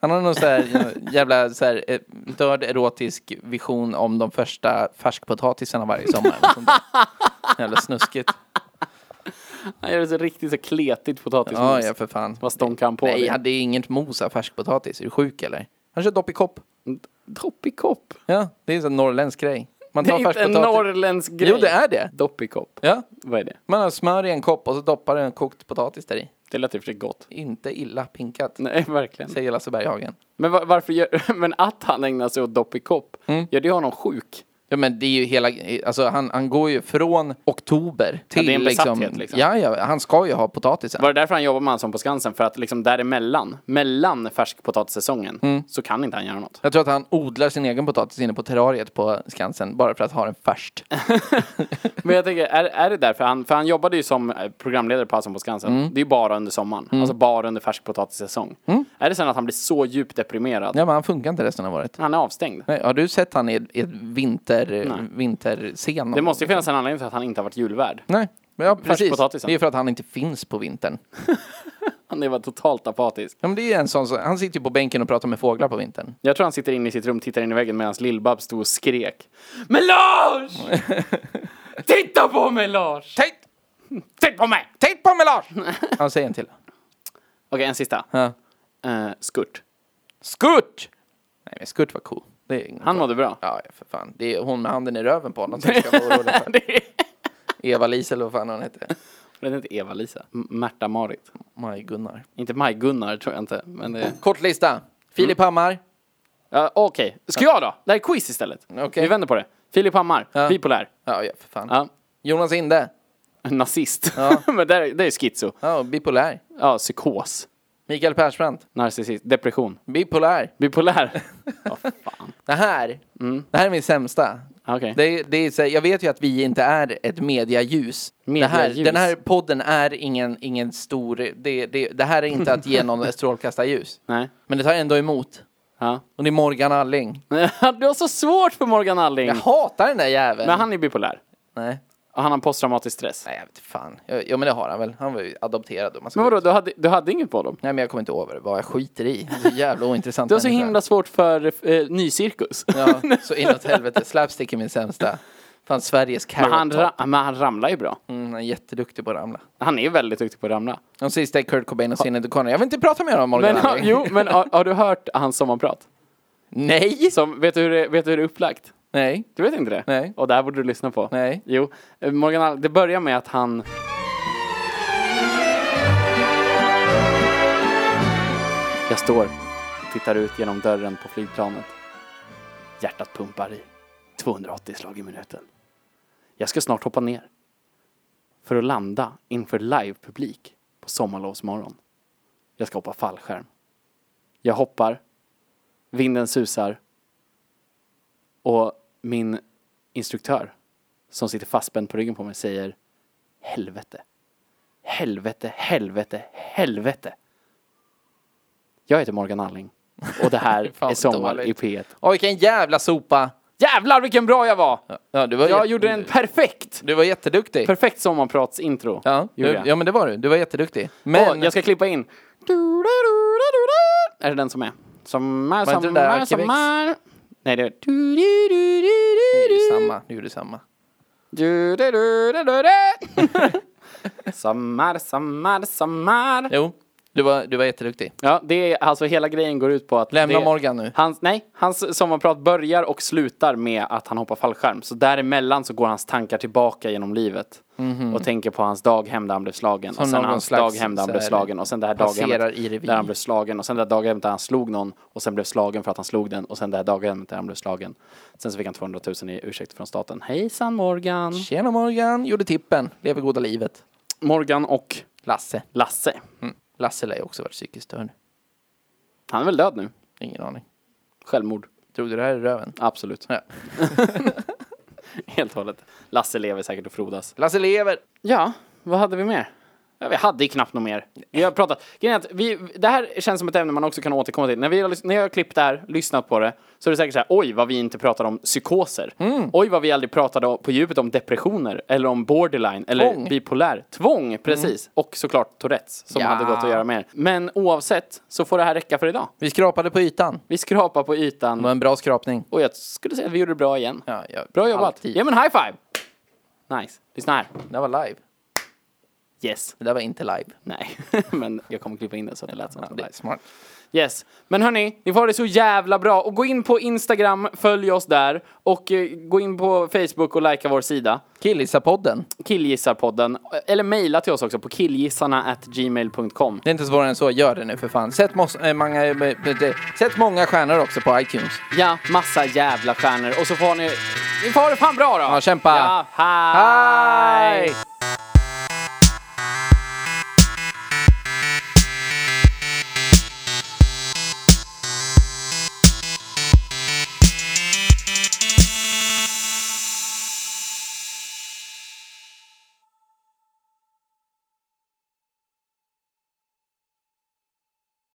[SPEAKER 2] Han har någon så här jävla så här, eh, dörd erotisk vision om de första färskpotatisarna varje sommar. eller sånt där. jävla snuskigt.
[SPEAKER 3] [LAUGHS] Han gör det så riktigt så kletigt potatismos.
[SPEAKER 2] Ja, ja, för fan.
[SPEAKER 3] Vad stånkar han på?
[SPEAKER 2] Nej,
[SPEAKER 3] det?
[SPEAKER 2] ja, det är inget mos av färskpotatis. Är du sjuk eller? Han kör dopp i kopp.
[SPEAKER 3] Dopp i kopp.
[SPEAKER 2] Ja, det är en sån norrländsk grej. Man
[SPEAKER 3] Det
[SPEAKER 2] tar
[SPEAKER 3] är inte en
[SPEAKER 2] färskpotatis.
[SPEAKER 3] norrländsk grej.
[SPEAKER 2] Jo, det är det.
[SPEAKER 3] Dopp i kopp.
[SPEAKER 2] Ja.
[SPEAKER 3] Vad är det?
[SPEAKER 2] Man har smör i en kopp och så doppar en kokt potatis där i.
[SPEAKER 3] Det lät i och för sig gott. [LAUGHS]
[SPEAKER 2] Inte illa pinkat,
[SPEAKER 3] Nej, verkligen.
[SPEAKER 2] säger Lasse Berghagen.
[SPEAKER 3] Men va- varför gör... [LAUGHS] Men att han ägnar sig åt dopp i kopp,
[SPEAKER 2] Mm.
[SPEAKER 3] gör det honom sjuk?
[SPEAKER 2] Ja men det är ju hela, alltså han, han går ju från oktober till
[SPEAKER 3] det är en besatthet,
[SPEAKER 2] liksom,
[SPEAKER 3] liksom.
[SPEAKER 2] Ja, ja, han ska ju ha potatisen.
[SPEAKER 3] Var det därför han jobbar med Allsång på Skansen? För att liksom däremellan, mellan färskpotatissäsongen,
[SPEAKER 2] Mm.
[SPEAKER 3] så kan inte han göra något.
[SPEAKER 2] Jag tror att han odlar sin egen potatis inne på terrariet på Skansen bara för att ha den
[SPEAKER 3] [LAUGHS]
[SPEAKER 2] färst.
[SPEAKER 3] Men jag tänker, är, är det därför han, för han jobbade ju som eh, programledare på Allsång på Skansen.
[SPEAKER 2] Mm.
[SPEAKER 3] Det är ju bara under sommaren, alltså bara under färskpotatissäsong. Är det sen att han blir så djupt deprimerad?
[SPEAKER 2] Ja men han funkar inte resten av året.
[SPEAKER 3] Han är avstängd.
[SPEAKER 2] Nej, har du sett han i ett- i ett vinter, vinterscen?
[SPEAKER 3] Det måste ju finnas en anledning till att han inte har varit julvärd.
[SPEAKER 2] Nej, men ja, precis.
[SPEAKER 3] potatisen.
[SPEAKER 2] Det är för att han inte finns på vintern.
[SPEAKER 3] Han är bara totalt apatisk.
[SPEAKER 2] Ja, men det är ju en sån, som- han sitter ju på bänken och pratar med fåglar på vintern.
[SPEAKER 3] Jag tror
[SPEAKER 2] [LAUGHS]
[SPEAKER 3] han sitter inne i sitt rum, tittar in i väggen medan Lill-Babs stod och skrek. Melange! Titta på mig Lars!
[SPEAKER 2] Titt!
[SPEAKER 3] Titta på mig! Okej,
[SPEAKER 2] Titt på mig Lars! Han säger en till.
[SPEAKER 3] en sista.
[SPEAKER 2] Ja.
[SPEAKER 3] Eh, skurt. [LAUGHS]
[SPEAKER 2] Skurt! Nej men Skurt var cool. Det är ingen
[SPEAKER 3] Han mådde bra.
[SPEAKER 2] Ja, ja, för fan. Det är hon med handen i röven på honom som ska vara orolig
[SPEAKER 3] [LAUGHS]
[SPEAKER 2] för. Eva-Lisa eller vad fan hon heter.
[SPEAKER 3] Den heter Eva-Lisa. M- Märta-Marit.
[SPEAKER 2] Maj-Gunnar.
[SPEAKER 3] Inte Maj-Gunnar tror jag inte. Men det...
[SPEAKER 2] Kort lista. Filip
[SPEAKER 3] Mm.
[SPEAKER 2] Hammar.
[SPEAKER 3] ja, Okej, ska jag då? Det här är quiz istället.
[SPEAKER 2] Okej.
[SPEAKER 3] Vi vänder på det. Filip Hammar,
[SPEAKER 2] Ja.
[SPEAKER 3] bipolär.
[SPEAKER 2] Ja, ja för fan.
[SPEAKER 3] Ja.
[SPEAKER 2] Jonas Inde.
[SPEAKER 3] Nazist.
[SPEAKER 2] Ja.
[SPEAKER 3] [LAUGHS] men det, är- det är schizo.
[SPEAKER 2] Ja, bipolär.
[SPEAKER 3] Ja, psykos.
[SPEAKER 2] Mikael Persbrandt.
[SPEAKER 3] Narcissist. Depression.
[SPEAKER 2] Bipolär. [LAUGHS]
[SPEAKER 3] Bipolär. Ja, fan.
[SPEAKER 2] Det här, det här är min sämsta.
[SPEAKER 3] Mm. Okej.
[SPEAKER 2] Det, är- det är, så här, jag vet ju att vi inte är ett medialjus. Det här,
[SPEAKER 3] Medialjus.
[SPEAKER 2] den här podden är ingen, ingen stor... Det, det, det här är inte att ge
[SPEAKER 3] [LAUGHS]
[SPEAKER 2] någon ett strålkastarljus.
[SPEAKER 3] Nej.
[SPEAKER 2] Men det tar ändå emot.
[SPEAKER 3] Ja. [LAUGHS]
[SPEAKER 2] Och det är Morgan Alling.
[SPEAKER 3] du har så svårt för Morgan Alling.
[SPEAKER 2] Jag hatar den där jäveln.
[SPEAKER 3] Men han är bipolär.
[SPEAKER 2] Nej.
[SPEAKER 3] Och han har posttraumatisk stress.
[SPEAKER 2] Nej, jag vet fan. Jag- Ja, men det har han väl. Han var ju adopterad. Och man ska...
[SPEAKER 3] Men vadå, du hade, du hade inget på dem?
[SPEAKER 2] Nej, men jag kommer inte ihåg vad det var. Jag skiter i. Det är så jävla ointressant.
[SPEAKER 3] [LAUGHS] Du har så
[SPEAKER 2] människa.
[SPEAKER 3] himla svårt för eh, nycirkus.
[SPEAKER 2] Ja, så inåt helvete. Slapstick är min sämsta. Fan, Sveriges carrot
[SPEAKER 3] Men han,
[SPEAKER 2] top.
[SPEAKER 3] ra- men han ramlar ju bra.
[SPEAKER 2] Mm, han är jätteduktig på att ramla.
[SPEAKER 3] Han är väldigt duktig på att ramla.
[SPEAKER 2] De sista är Kurt Cobain och Sinéad O'Connor. Jag vill inte prata mer om Morgan
[SPEAKER 3] Men, ha,
[SPEAKER 2] Alling.
[SPEAKER 3] jo, men har, har du hört hans sommarprat?
[SPEAKER 2] Nej!
[SPEAKER 3] Som, vet, du hur det, vet du hur det är upplagt?
[SPEAKER 2] Nej.
[SPEAKER 3] Du vet inte det?
[SPEAKER 2] Nej.
[SPEAKER 3] Och det här borde du lyssna på.
[SPEAKER 2] Nej.
[SPEAKER 3] Jo, eh, Morgan All- det börjar med att han... Jag står och tittar ut genom dörren på flygplanet. Hjärtat pumpar i 280 slag i minuten. Jag ska snart hoppa ner. För att landa inför livepublik på sommarlovsmorgon. Jag ska hoppa fallskärm. Jag hoppar. Vinden susar. Och min instruktör som sitter fastspänd på ryggen på mig säger helvete. Helvete, helvete, helvete. Jag heter Morgan Alling och det
[SPEAKER 2] [LAUGHS] Fan,
[SPEAKER 3] här är
[SPEAKER 2] vad
[SPEAKER 3] Sommar i
[SPEAKER 2] dåligt.
[SPEAKER 3] P1.
[SPEAKER 2] Åh, vilken jävla sopa!
[SPEAKER 3] Jävlar vilken bra jag var!
[SPEAKER 2] Ja, du var
[SPEAKER 3] Jag
[SPEAKER 2] jätte-
[SPEAKER 3] gjorde en perfekt,
[SPEAKER 2] Du var jätteduktig.
[SPEAKER 3] perfekt sommarpratsintro.
[SPEAKER 2] ja,
[SPEAKER 3] gjorde
[SPEAKER 2] du,
[SPEAKER 3] jag.
[SPEAKER 2] ja, men det var du. Du var jätteduktig. Men...
[SPEAKER 3] Men... jag ska klippa in. Du-du-du-du-du-du. Är det den som är? Sommar,
[SPEAKER 2] Var inte det där
[SPEAKER 3] sommar,
[SPEAKER 2] Arkivex?
[SPEAKER 3] sommar. Nej, det är... Du-du-du-du-du-du.
[SPEAKER 2] Du gjorde samma. Du gjorde samma.
[SPEAKER 3] Du-du-du-du-du-du.
[SPEAKER 2] [LAUGHS]
[SPEAKER 3] Sommar, sommar, sommar.
[SPEAKER 2] Jo, du var, du var jätteduktig.
[SPEAKER 3] Ja, det är alltså hela grejen går ut på att...
[SPEAKER 2] Lämna
[SPEAKER 3] det,
[SPEAKER 2] Morgan nu.
[SPEAKER 3] Hans, nej, hans sommarprat börjar och slutar med att han hoppar fallskärm. Så däremellan så går hans tankar tillbaka genom livet. Och tänker på hans daghem där han blev slagen. och sen
[SPEAKER 2] Mhm. någon
[SPEAKER 3] hans
[SPEAKER 2] slags
[SPEAKER 3] daghem där han
[SPEAKER 2] så
[SPEAKER 3] blev
[SPEAKER 2] här
[SPEAKER 3] slagen. Och sen det här
[SPEAKER 2] passerar i
[SPEAKER 3] daghemmet
[SPEAKER 2] revy.
[SPEAKER 3] där han blev slagen. Och sen det här daghemmet där han slog någon. Och sen blev slagen för att han slog den. Och sen det här daghemmet där han blev slagen. Sen så fick han 200 000 i ursäkt från staten. Hejsan Morgan!
[SPEAKER 2] Mm. Tjena Morgan, gjorde tippen. Lever goda livet.
[SPEAKER 3] Morgan och
[SPEAKER 2] Lasse.
[SPEAKER 3] Lasse.
[SPEAKER 2] Mm. Lasse lär ju också varit psykiskt störd.
[SPEAKER 3] Han är väl död nu?
[SPEAKER 2] Ingen aning.
[SPEAKER 3] Självmord.
[SPEAKER 2] Drog du det här i röven?
[SPEAKER 3] Absolut.
[SPEAKER 2] Ja.
[SPEAKER 3] [LAUGHS] Helt och hållet. Lasse lever säkert och frodas.
[SPEAKER 2] Lasse lever!
[SPEAKER 3] Ja, vad hade vi mer? Ja, vi hade ju knappt något mer. Vi har pratat. Grejen är att vi, det här känns som ett ämne man också kan återkomma till. När, vi har, lys- när jag har klippt det här, lyssnat på det, så är det säkert så här, oj vad vi inte pratade om psykoser.
[SPEAKER 2] Mm.
[SPEAKER 3] Oj vad vi aldrig pratade o- på djupet om depressioner, eller om borderline, eller
[SPEAKER 2] Tvång. Mm.
[SPEAKER 3] bipolär. Tvång, precis. Och såklart Tourettes, som
[SPEAKER 2] Ja.
[SPEAKER 3] hade gått att göra mer. Men oavsett, så får det här räcka för idag.
[SPEAKER 2] Vi skrapade på ytan.
[SPEAKER 3] Vi skrapar på
[SPEAKER 2] Det var
[SPEAKER 3] ytan,
[SPEAKER 2] en bra skrapning.
[SPEAKER 3] och jag skulle säga att vi gjorde det bra igen.
[SPEAKER 2] Ja, ja,
[SPEAKER 3] Bra jobbat!
[SPEAKER 2] alltid.
[SPEAKER 3] Ge mig en high five! Nice. Lyssna här.
[SPEAKER 2] Det där var live.
[SPEAKER 3] Yes.
[SPEAKER 2] Det där var inte live.
[SPEAKER 3] Nej, [LAUGHS] men jag kommer klippa in det så att det lät som
[SPEAKER 2] Ja,
[SPEAKER 3] att det
[SPEAKER 2] det
[SPEAKER 3] var
[SPEAKER 2] är
[SPEAKER 3] nice.
[SPEAKER 2] smart.
[SPEAKER 3] Yes. Men hörni, ni får ha det så jävla bra. Och gå in på Instagram, följ oss där. Och eh, gå in på Facebook och likea vår sida.
[SPEAKER 2] Killisa-podden.
[SPEAKER 3] Killgissarpodden. Eller mejla till oss också på killgissarna@gmail.com.
[SPEAKER 2] Det är inte svårare än så. Gör det nu för fan. Sätt, mos- eh, många, eh, eh, sätt många stjärnor också på iTunes.
[SPEAKER 3] Ja, massa jävla stjärnor. Och så får ni... Ni får ha det fan bra då!
[SPEAKER 2] Ja, kämpa.
[SPEAKER 3] Ja, hej!
[SPEAKER 2] Hej!